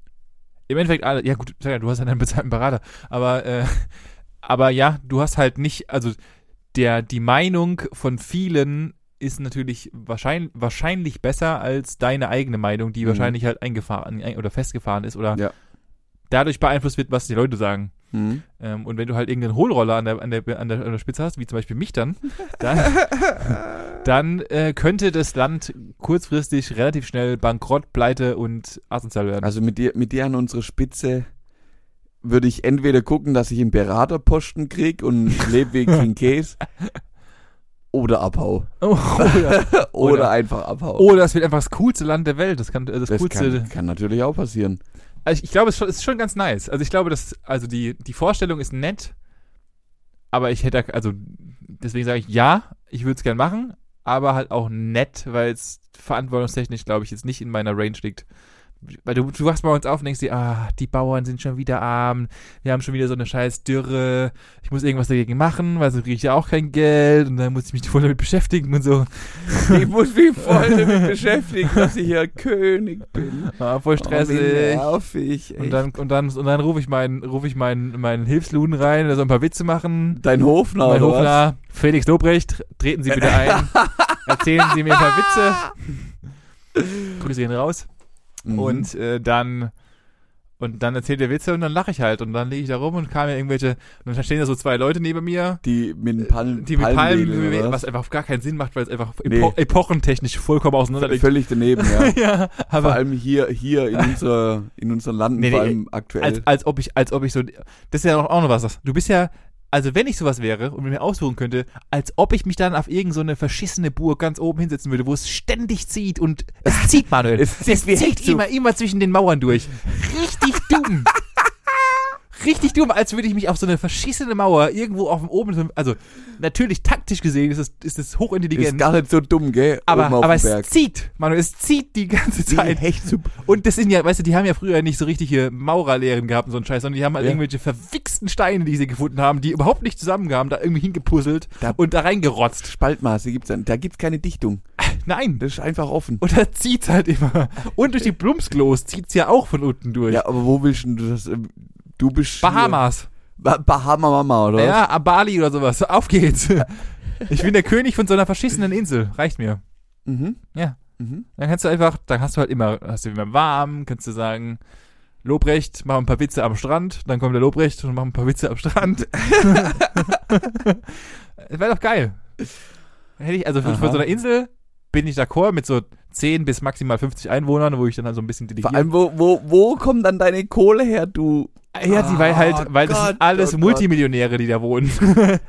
[SPEAKER 1] Im Endeffekt alle, ja gut, sag ja, du hast ja deinen bezahlten Berater, aber äh, aber ja, du hast halt nicht, also der die Meinung von vielen ist natürlich wahrscheinlich, wahrscheinlich besser als deine eigene Meinung, die
[SPEAKER 2] Mhm.
[SPEAKER 1] wahrscheinlich halt eingefahren ein, oder festgefahren ist oder
[SPEAKER 2] Ja.
[SPEAKER 1] dadurch beeinflusst wird, was die Leute sagen.
[SPEAKER 2] Mhm.
[SPEAKER 1] Ähm, und wenn du halt irgendeinen Hohlroller an der, an, der, an, der, an der Spitze hast, wie zum Beispiel mich dann, dann, dann äh, könnte das Land kurzfristig relativ schnell bankrott, pleite und asozial werden.
[SPEAKER 2] Also mit dir, mit dir an unsere Spitze würde ich entweder gucken, dass ich einen Beraterposten krieg und lebe wie King Case oder abhau. Also,
[SPEAKER 1] oh ja.
[SPEAKER 2] Oder,
[SPEAKER 1] Oder-
[SPEAKER 2] einfach abhau.
[SPEAKER 1] Oder es wird einfach Oh, das coolste Land der Welt. Das kann äh, das,
[SPEAKER 2] das
[SPEAKER 1] coolste.
[SPEAKER 2] kann, kann natürlich auch passieren.
[SPEAKER 1] Also ich, ich glaube, es ist schon- es ist schon ganz nice. Also ich glaube, dass also die die Vorstellung ist nett, aber ich hätte also deswegen sage ich ja, ich würde es gern machen, aber halt auch nett, weil es verantwortungstechnisch glaube ich jetzt nicht in meiner Range liegt, Weil du, du wachst bei uns auf und denkst dir, ah, die Bauern sind schon wieder arm, wir haben schon wieder so eine scheiß Dürre, ich muss irgendwas dagegen machen, weil sonst kriege ich ja auch kein Geld und dann muss ich mich voll damit beschäftigen und so.
[SPEAKER 2] Ich muss mich voll damit beschäftigen, dass ich hier König bin.
[SPEAKER 1] Ah, voll
[SPEAKER 2] Oh, wie
[SPEAKER 1] stressig.
[SPEAKER 2] nervig, echt.
[SPEAKER 1] und dann, und dann, und dann rufe ich meinen, rufe ich meinen, meinen Hilfsluden rein, der soll ein paar Witze machen.
[SPEAKER 2] Dein Hofner,
[SPEAKER 1] mein
[SPEAKER 2] oder was?
[SPEAKER 1] Hofner, Felix Lobrecht, treten Sie bitte ein, erzählen Sie mir ein paar Witze. Grüße gehen raus.
[SPEAKER 2] Mhm.
[SPEAKER 1] Und äh, dann und dann erzählt er Witze und dann lache ich halt und dann liege ich da rum und kam mir irgendwelche und dann stehen da so zwei Leute neben mir,
[SPEAKER 2] die mit den Palmen,
[SPEAKER 1] die mit Palmen,
[SPEAKER 2] Palmwedeln, oder
[SPEAKER 1] was einfach gar keinen Sinn macht, weil es einfach
[SPEAKER 2] Nee.
[SPEAKER 1] epo epochentechnisch vollkommen auseinander liegt.
[SPEAKER 2] Völlig daneben, ja.
[SPEAKER 1] ja,
[SPEAKER 2] Vor
[SPEAKER 1] aber
[SPEAKER 2] allem hier, hier in, unser, in unseren Landen,
[SPEAKER 1] Nee, also, nee,
[SPEAKER 2] vor allem aktuell.
[SPEAKER 1] als, als ob ich als ob ich so das ist ja auch, auch noch was. das- Du bist ja also wenn ich sowas wäre und mir aussuchen könnte, als ob ich mich dann auf irgendeine so eine verschissene Burg ganz oben hinsetzen würde, wo es ständig zieht und es zieht, Manuel.
[SPEAKER 2] Es zieht wie
[SPEAKER 1] zieht
[SPEAKER 2] Heckzug.
[SPEAKER 1] immer, immer zwischen den Mauern durch. Richtig dumm. Richtig dumm, als würde ich mich auf so eine verschissene Mauer irgendwo auf dem oben, also natürlich taktisch gesehen ist es, ist es
[SPEAKER 2] ist
[SPEAKER 1] hochintelligent,
[SPEAKER 2] gar nicht so dumm, gell?
[SPEAKER 1] aber,
[SPEAKER 2] Oben auf
[SPEAKER 1] aber
[SPEAKER 2] dem
[SPEAKER 1] es
[SPEAKER 2] Berg.
[SPEAKER 1] zieht, Manuel, es zieht die ganze
[SPEAKER 2] Wie ein
[SPEAKER 1] Zeit.
[SPEAKER 2] Hechtzug.
[SPEAKER 1] Und das sind ja, weißt du, die haben ja früher nicht so richtige Maurerlehren gehabt und so einen Scheiß, sondern die haben halt
[SPEAKER 2] Ja.
[SPEAKER 1] irgendwelche verwichsten Steine, die sie gefunden haben, die überhaupt nicht zusammenkamen, da irgendwie hingepuzzelt
[SPEAKER 2] Da-
[SPEAKER 1] und da reingerotzt.
[SPEAKER 2] Spaltmaße gibt's dann. Da gibt's keine Dichtung.
[SPEAKER 1] Nein.
[SPEAKER 2] Das ist einfach offen.
[SPEAKER 1] Und da zieht's halt immer. Und durch die Blumsklos zieht's ja auch von unten durch.
[SPEAKER 2] Ja, aber wo willst denn du das? ähm, Du bist.
[SPEAKER 1] Bahamas.
[SPEAKER 2] hier- Ba Bahama Mama, oder? was?
[SPEAKER 1] Ja, a Bali oder sowas. Auf geht's. Ich bin der König von so einer verschissenen Insel. Reicht mir.
[SPEAKER 2] Mhm.
[SPEAKER 1] Ja.
[SPEAKER 2] Mhm.
[SPEAKER 1] Dann kannst du einfach, dann hast du halt immer, hast du immer warm, kannst du sagen, Lobrecht, mach ein paar Witze am Strand, dann kommt der Lobrecht und macht ein paar Witze am Strand. Wäre doch geil. Hätte ich, also für,
[SPEAKER 2] Aha.
[SPEAKER 1] für so eine Insel bin ich d'accord mit so 10 bis maximal 50 Einwohnern, wo ich dann halt so ein bisschen
[SPEAKER 2] Vor
[SPEAKER 1] delegiere.
[SPEAKER 2] allem, wo, wo, wo kommt dann deine Kohle her, du?
[SPEAKER 1] Ja, die, weil
[SPEAKER 2] Oh
[SPEAKER 1] halt, weil das sind
[SPEAKER 2] Gott,
[SPEAKER 1] alles
[SPEAKER 2] oh Gott.
[SPEAKER 1] Multimillionäre, die da wohnen.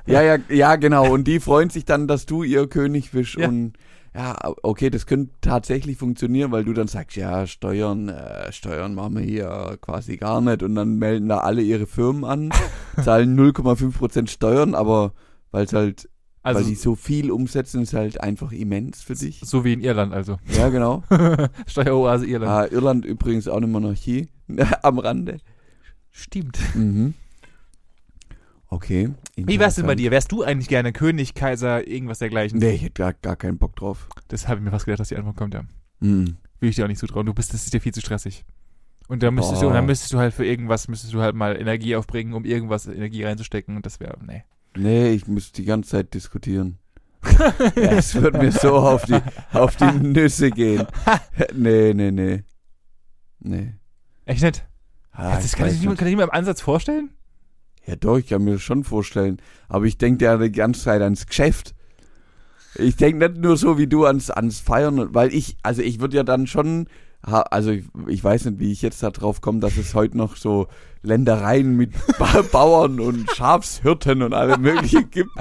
[SPEAKER 2] Ja, ja, ja, genau. Und die freuen sich dann, dass du ihr König bist.
[SPEAKER 1] Ja.
[SPEAKER 2] Und ja, okay, das könnte tatsächlich funktionieren, weil du dann sagst, ja, Steuern, äh, Steuern machen wir hier quasi gar nicht. Und dann melden da alle ihre Firmen an, zahlen 0,5% Steuern, aber weil es halt,
[SPEAKER 1] Also,
[SPEAKER 2] weil die so viel umsetzen, ist halt einfach immens für dich.
[SPEAKER 1] so wie in Irland, also.
[SPEAKER 2] Ja, genau.
[SPEAKER 1] Steueroase Irland.
[SPEAKER 2] Ah, Irland übrigens auch eine Monarchie am Rande.
[SPEAKER 1] Stimmt.
[SPEAKER 2] Mhm. Okay.
[SPEAKER 1] Wie wär's denn bei
[SPEAKER 2] interessant.
[SPEAKER 1] dir? Wärst du eigentlich gerne König, Kaiser, irgendwas dergleichen?
[SPEAKER 2] Nee, ich hätte gar, gar keinen Bock drauf.
[SPEAKER 1] Das habe ich mir fast gedacht, dass die Antwort kommt, ja.
[SPEAKER 2] Mhm.
[SPEAKER 1] Will ich dir auch nicht zutrauen. Du bist, das ist dir viel zu stressig. Und da müsstest du,
[SPEAKER 2] Boah.
[SPEAKER 1] dann müsstest du halt für irgendwas, müsstest du halt mal Energie aufbringen, um irgendwas Energie reinzustecken und das wäre, nee.
[SPEAKER 2] Nee, ich muss die ganze Zeit diskutieren. ja, es wird mir so auf die, auf die Nüsse gehen. Nee, nee, nee. Nee.
[SPEAKER 1] Echt nicht?
[SPEAKER 2] Ah,
[SPEAKER 1] das
[SPEAKER 2] ich
[SPEAKER 1] kann
[SPEAKER 2] weiß
[SPEAKER 1] ich, niemand,
[SPEAKER 2] nicht.
[SPEAKER 1] kann ich mir im Ansatz vorstellen?
[SPEAKER 2] Ja doch, ich kann mir das schon vorstellen. Aber ich denke ja die ganze Zeit ans Geschäft. Ich denke nicht nur so wie du ans, ans Feiern, weil ich, also ich würde ja dann schon, ha- also ich, ich weiß nicht, wie ich jetzt da drauf komme, dass es heute noch so Ländereien mit ba Bauern und Schafshirten und allem Mögliche gibt.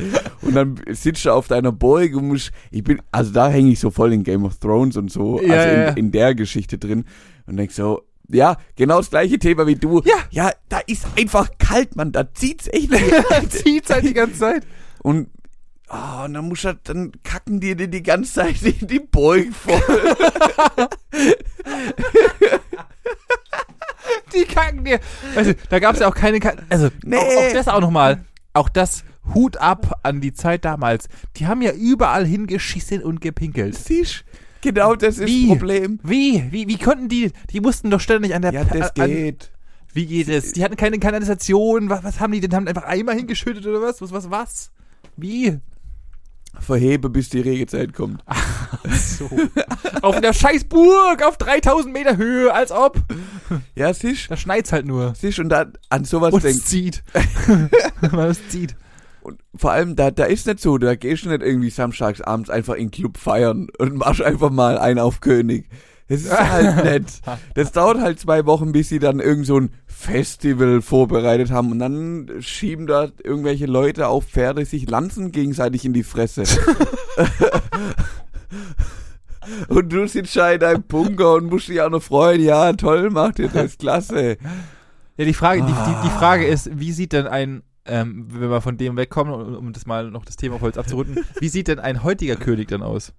[SPEAKER 2] Und dann sitzt du auf deiner Burg und musst, ich bin, also da hänge ich so voll in Game of Thrones und so,
[SPEAKER 1] Ja,
[SPEAKER 2] also in,
[SPEAKER 1] ja.
[SPEAKER 2] in der Geschichte drin und denk so, ja, genau das gleiche Thema wie du.
[SPEAKER 1] Ja.
[SPEAKER 2] Ja, da ist einfach kalt, Mann, da zieht's echt nicht.
[SPEAKER 1] Zieht's halt die ganze Zeit.
[SPEAKER 2] und, ah, und dann musst du, dann kacken die dir die ganze Zeit in die Beugen voll.
[SPEAKER 1] Die kacken dir. Weißt du, da gab's ja auch keine Kacken. Also,
[SPEAKER 2] Nee.
[SPEAKER 1] auch, auch das auch nochmal. Auch das Hut ab an die Zeit damals. Die haben ja überall hingeschissen und gepinkelt.
[SPEAKER 2] Siehst Genau das ist
[SPEAKER 1] Wie?
[SPEAKER 2] das Problem.
[SPEAKER 1] Wie? Wie, wie konnten die? Die mussten doch ständig an der
[SPEAKER 2] Ja,
[SPEAKER 1] Pa-
[SPEAKER 2] das
[SPEAKER 1] an,
[SPEAKER 2] geht.
[SPEAKER 1] Wie geht es? Die hatten keine Kanalisation. Was, was haben die denn? Haben einfach Eimer hingeschüttet oder was? Was, was, was? Wie?
[SPEAKER 2] Verhebe, bis die Regezeit kommt.
[SPEAKER 1] Ah. So. auf der Scheißburg, auf 3000 Meter Höhe, als ob.
[SPEAKER 2] Ja, siehst
[SPEAKER 1] Da schneit's halt nur.
[SPEAKER 2] Siehst und da an sowas
[SPEAKER 1] Und
[SPEAKER 2] denkst
[SPEAKER 1] es zieht. Man, es zieht.
[SPEAKER 2] Und vor allem, da, da ist nicht so, da gehst du nicht irgendwie samstags abends einfach in den Club feiern und machst einfach mal einen auf König. Das ist halt nett. Das dauert halt zwei Wochen, bis sie dann irgend so ein Festival vorbereitet haben und dann schieben da irgendwelche Leute auf Pferde sich Lanzen gegenseitig in die Fresse. und du sitzt da in deinem Bunker und musst dich auch noch freuen. Ja, toll, macht ihr das, klasse.
[SPEAKER 1] Ja, die Frage, die, die, die Frage ist, wie sieht denn ein, ähm, wenn wir von dem wegkommen, um, um das mal noch das Thema auf Holz abzurunden, wie sieht denn ein heutiger König dann aus?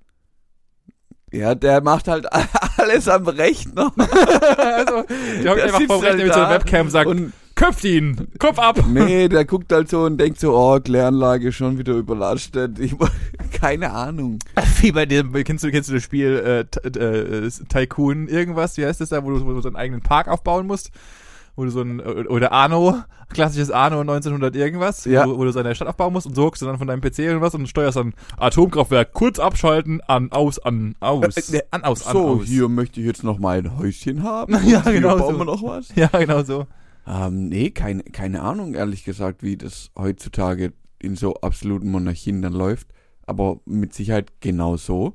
[SPEAKER 2] Ja, der macht halt alles am Rechner.
[SPEAKER 1] also, die hockt
[SPEAKER 2] Da
[SPEAKER 1] einfach vorm
[SPEAKER 2] sitzt
[SPEAKER 1] Rechner
[SPEAKER 2] halt
[SPEAKER 1] mit so einer
[SPEAKER 2] da
[SPEAKER 1] Webcam und sagt,
[SPEAKER 2] Und
[SPEAKER 1] köpft ihn, Kopf ab.
[SPEAKER 2] nee, der guckt halt so und denkt so, oh, Kläranlage schon wieder überlastet. Ich, keine Ahnung.
[SPEAKER 1] Wie bei dem, kennst du, kennst du das Spiel äh, T- äh, äh, Tycoon irgendwas, wie heißt das da, wo du, wo du so einen eigenen Park aufbauen musst? Wo du so ein, äh, oder Arno, klassisches Arno 1900 irgendwas,
[SPEAKER 2] Ja.
[SPEAKER 1] wo, wo du so eine Stadt aufbauen musst und so hockst du dann von deinem PC irgendwas und steuerst dann Atomkraftwerk kurz abschalten, an, aus, an, aus,
[SPEAKER 2] Äh, äh,
[SPEAKER 1] an, aus, an,
[SPEAKER 2] so,
[SPEAKER 1] aus.
[SPEAKER 2] hier möchte ich jetzt noch mein Häuschen haben.
[SPEAKER 1] Ja,
[SPEAKER 2] Und hier
[SPEAKER 1] genau
[SPEAKER 2] Bauen
[SPEAKER 1] so.
[SPEAKER 2] wir noch was?
[SPEAKER 1] Ja, genau so.
[SPEAKER 2] Ähm, nee, keine, keine Ahnung, ehrlich gesagt, wie das heutzutage in so absoluten Monarchien dann läuft. Aber mit Sicherheit genau so.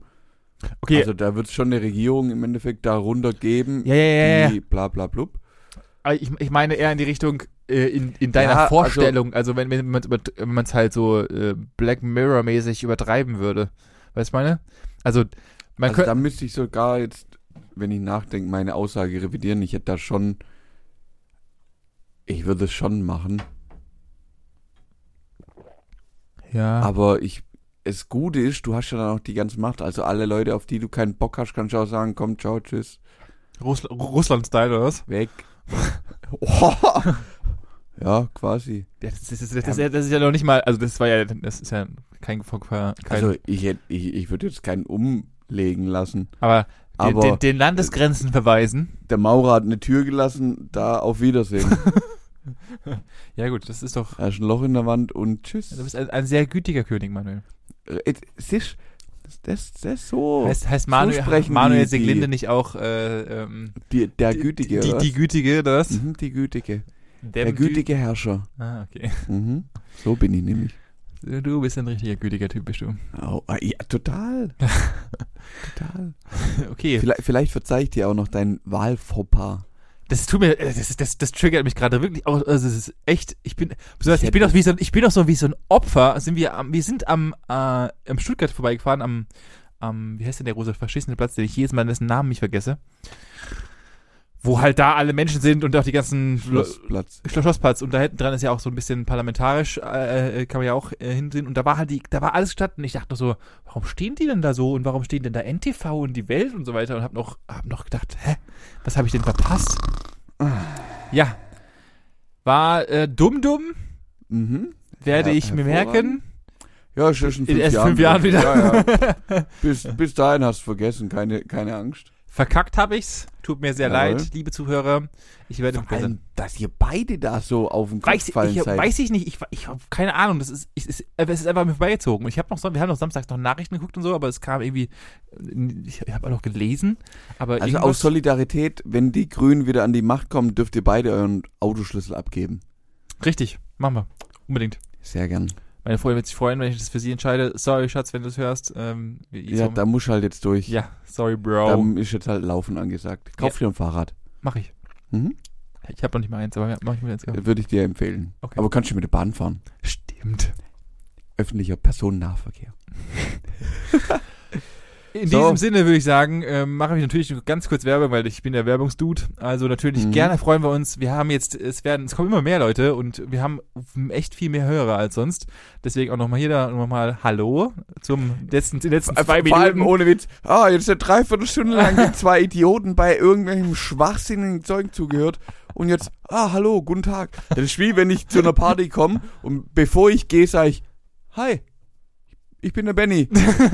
[SPEAKER 1] Okay.
[SPEAKER 2] Also da wird es schon eine Regierung im Endeffekt darunter geben,
[SPEAKER 1] ja, ja, ja, ja.
[SPEAKER 2] die bla bla blub.
[SPEAKER 1] Aber Ich, ich meine eher in die Richtung, äh, in, in deiner
[SPEAKER 2] Ja, also-
[SPEAKER 1] Vorstellung, also, wenn, wenn man es wenn man's halt so äh, Black Mirror-mäßig übertreiben würde. Weißt du meine? Also, man
[SPEAKER 2] Also
[SPEAKER 1] könnte.
[SPEAKER 2] da müsste ich sogar jetzt, wenn ich nachdenke, meine Aussage revidieren. Ich hätte da schon. Ich würde es schon machen.
[SPEAKER 1] Ja.
[SPEAKER 2] Aber ich. Das Gute ist, du hast ja dann auch die ganze Macht. Also alle Leute, auf die du keinen Bock hast, kannst du auch sagen, komm, ciao, tschüss,
[SPEAKER 1] Russl Russland-Style oder was?
[SPEAKER 2] weg. Oh. Ja, quasi.
[SPEAKER 1] Das ist, das, ist, das, ist, ja- das ist ja noch nicht mal, also das war ja, das ist ja kein, kein
[SPEAKER 2] Also ich, hätte- ich, ich würde jetzt keinen umlegen lassen.
[SPEAKER 1] aber, den,
[SPEAKER 2] aber-
[SPEAKER 1] den, den Landesgrenzen verweisen.
[SPEAKER 2] Der Maurer hat eine Tür gelassen, da auf Wiedersehen.
[SPEAKER 1] Ja gut, das ist doch,
[SPEAKER 2] da ist ein Loch in der Wand und tschüss.
[SPEAKER 1] du bist ein, ein sehr gütiger König, Manuel.
[SPEAKER 2] Äh, Es ist, das, das ist so.
[SPEAKER 1] Heißt, heißt Manuel,
[SPEAKER 2] sprechen
[SPEAKER 1] Manuel
[SPEAKER 2] die-
[SPEAKER 1] Seglinde nicht auch, äh, ähm,
[SPEAKER 2] Die, der
[SPEAKER 1] die-
[SPEAKER 2] Gütige,
[SPEAKER 1] die,
[SPEAKER 2] oder?
[SPEAKER 1] die Gütige, das?
[SPEAKER 2] mhm, die Gütige.
[SPEAKER 1] Dem
[SPEAKER 2] Der gütige Herrscher.
[SPEAKER 1] Typ- Ah, okay.
[SPEAKER 2] Mhm. So bin ich nämlich.
[SPEAKER 1] Du bist ein richtiger gütiger Typ, bist du.
[SPEAKER 2] Oh, ah, ja, total. total.
[SPEAKER 1] Okay.
[SPEAKER 2] Vielleicht, vielleicht verzeih ich dir auch noch dein Wahlfauxpas.
[SPEAKER 1] Das tut mir, äh, das, ist- das, das triggert mich gerade wirklich. auch. Also es ist echt, ich bin, besonders,
[SPEAKER 2] Ich
[SPEAKER 1] ich bin
[SPEAKER 2] hätte-
[SPEAKER 1] doch wie so, ein- ich bin doch so wie so ein Opfer. Sind wir, am, wir sind am, äh, am Stuttgart vorbeigefahren, am, am, wie heißt denn der große verschissene Platz, den ich jedes Mal dessen Namen nicht vergesse. Wo halt da alle Menschen sind und auch die ganzen
[SPEAKER 2] Schlussplatz.
[SPEAKER 1] Schlo- Schlossplatz und da hinten dran ist ja auch so ein bisschen parlamentarisch, äh, äh, kann man ja auch äh, hinsehen und da war halt die, da war alles statt und ich dachte nur so, warum stehen die denn da so und warum stehen denn da NTV und die Welt und so weiter und hab noch, hab noch gedacht, hä, was habe ich denn verpasst? Ja, war äh, dumm dumm,
[SPEAKER 2] Mhm.
[SPEAKER 1] werde
[SPEAKER 2] Ja,
[SPEAKER 1] ich mir merken.
[SPEAKER 2] Ja, es ist in fünf,
[SPEAKER 1] erst
[SPEAKER 2] Jahren,
[SPEAKER 1] fünf Jahren wieder.
[SPEAKER 2] Ja, ja. Bis, bis dahin hast du vergessen, keine, keine Angst.
[SPEAKER 1] Verkackt habe ich's, tut mir sehr
[SPEAKER 2] Jawohl.
[SPEAKER 1] leid, liebe Zuhörer, ich werde
[SPEAKER 2] Vor allem, dass ihr beide da so auf den Kopf
[SPEAKER 1] Weiß ich,
[SPEAKER 2] fallen
[SPEAKER 1] ich,
[SPEAKER 2] seid.
[SPEAKER 1] weiß ich nicht, ich, ich habe keine Ahnung, das ist, ich, ist, aber es ist einfach an mir vorbeigezogen. Und Ich hab noch, so- wir haben noch samstags noch Nachrichten geguckt und so, aber es kam irgendwie, ich habe auch noch gelesen, aber
[SPEAKER 2] also
[SPEAKER 1] irgendwas-
[SPEAKER 2] aus Solidarität, wenn die Grünen wieder an die Macht kommen, dürft ihr beide euren Autoschlüssel abgeben.
[SPEAKER 1] richtig, machen wir, unbedingt.
[SPEAKER 2] Sehr gern.
[SPEAKER 1] Meine Freundin wird sich freuen, wenn ich das für sie entscheide. Sorry, Schatz, wenn du es hörst. Ähm, wir-
[SPEAKER 2] Ja,
[SPEAKER 1] so-
[SPEAKER 2] da muss halt jetzt durch.
[SPEAKER 1] ja, sorry, Bro.
[SPEAKER 2] Dann ist jetzt halt Laufen angesagt. Kauf dir ein Fahrrad.
[SPEAKER 1] mach ich.
[SPEAKER 2] Mhm.
[SPEAKER 1] Ich habe noch nicht mal eins, aber ja, mach ich mir jetzt. Ja.
[SPEAKER 2] Würde ich dir empfehlen.
[SPEAKER 1] Okay.
[SPEAKER 2] Aber kannst du mit der Bahn fahren?
[SPEAKER 1] Stimmt.
[SPEAKER 2] Öffentlicher Personennahverkehr.
[SPEAKER 1] In
[SPEAKER 2] So.
[SPEAKER 1] diesem Sinne würde ich sagen, ähm, mache ich natürlich ganz kurz Werbung, weil ich bin der Werbungsdude. Also natürlich
[SPEAKER 2] Mhm.
[SPEAKER 1] gerne freuen wir uns. Wir haben jetzt, es werden, es kommen immer mehr Leute und wir haben echt viel mehr Hörer als sonst. Deswegen auch nochmal hier da nochmal Hallo zum letzten, die letzten zwei
[SPEAKER 2] Vor allem
[SPEAKER 1] Minuten.
[SPEAKER 2] ohne Witz. Ah, jetzt eine Dreiviertelstunde lang den zwei Idioten bei irgendwelchem schwachsinnigen Zeug zugehört. Und jetzt, ah, hallo, guten Tag. Das ist wie, wenn ich zu einer Party komme und bevor ich gehe, sage ich, hi, ich bin der Benny.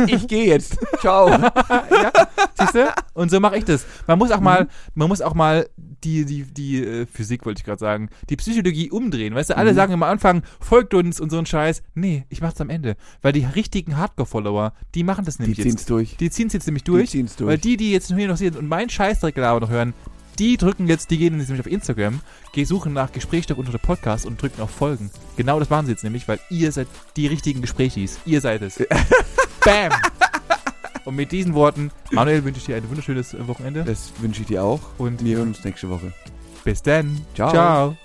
[SPEAKER 2] Ich gehe jetzt. Ciao.
[SPEAKER 1] ja, siehst du? Und so mache ich das. Man muss auch mal,
[SPEAKER 2] Mhm.
[SPEAKER 1] man muss auch mal die, die, die äh, Physik wollte ich gerade sagen, die Psychologie umdrehen. Weißt du, alle
[SPEAKER 2] Mhm.
[SPEAKER 1] sagen immer am Anfang, folgt uns und so ein Scheiß. Nee, ich mach's am Ende. Weil die richtigen Hardcore-Follower, die machen das
[SPEAKER 2] Die
[SPEAKER 1] nämlich jetzt.
[SPEAKER 2] ziehen's durch.
[SPEAKER 1] Die ziehen es jetzt nämlich durch,
[SPEAKER 2] Die ziehen's durch.
[SPEAKER 1] weil die, die jetzt hier noch sind und meinen Scheißdreck aber noch hören, die drücken jetzt, die gehen jetzt nämlich auf Instagram, geh- suchen nach Gesprächsstoff unter dem Podcast und drücken auf Folgen. Genau das machen sie jetzt nämlich, weil ihr seid die richtigen Gesprächis. Ihr seid es. Bam! Und mit diesen Worten, Manuel, wünsche ich dir ein wunderschönes äh, Wochenende
[SPEAKER 2] Das wünsche ich dir auch.
[SPEAKER 1] und
[SPEAKER 2] Wir hören uns nächste Woche.
[SPEAKER 1] bis dann.
[SPEAKER 2] Ciao.
[SPEAKER 1] Ciao.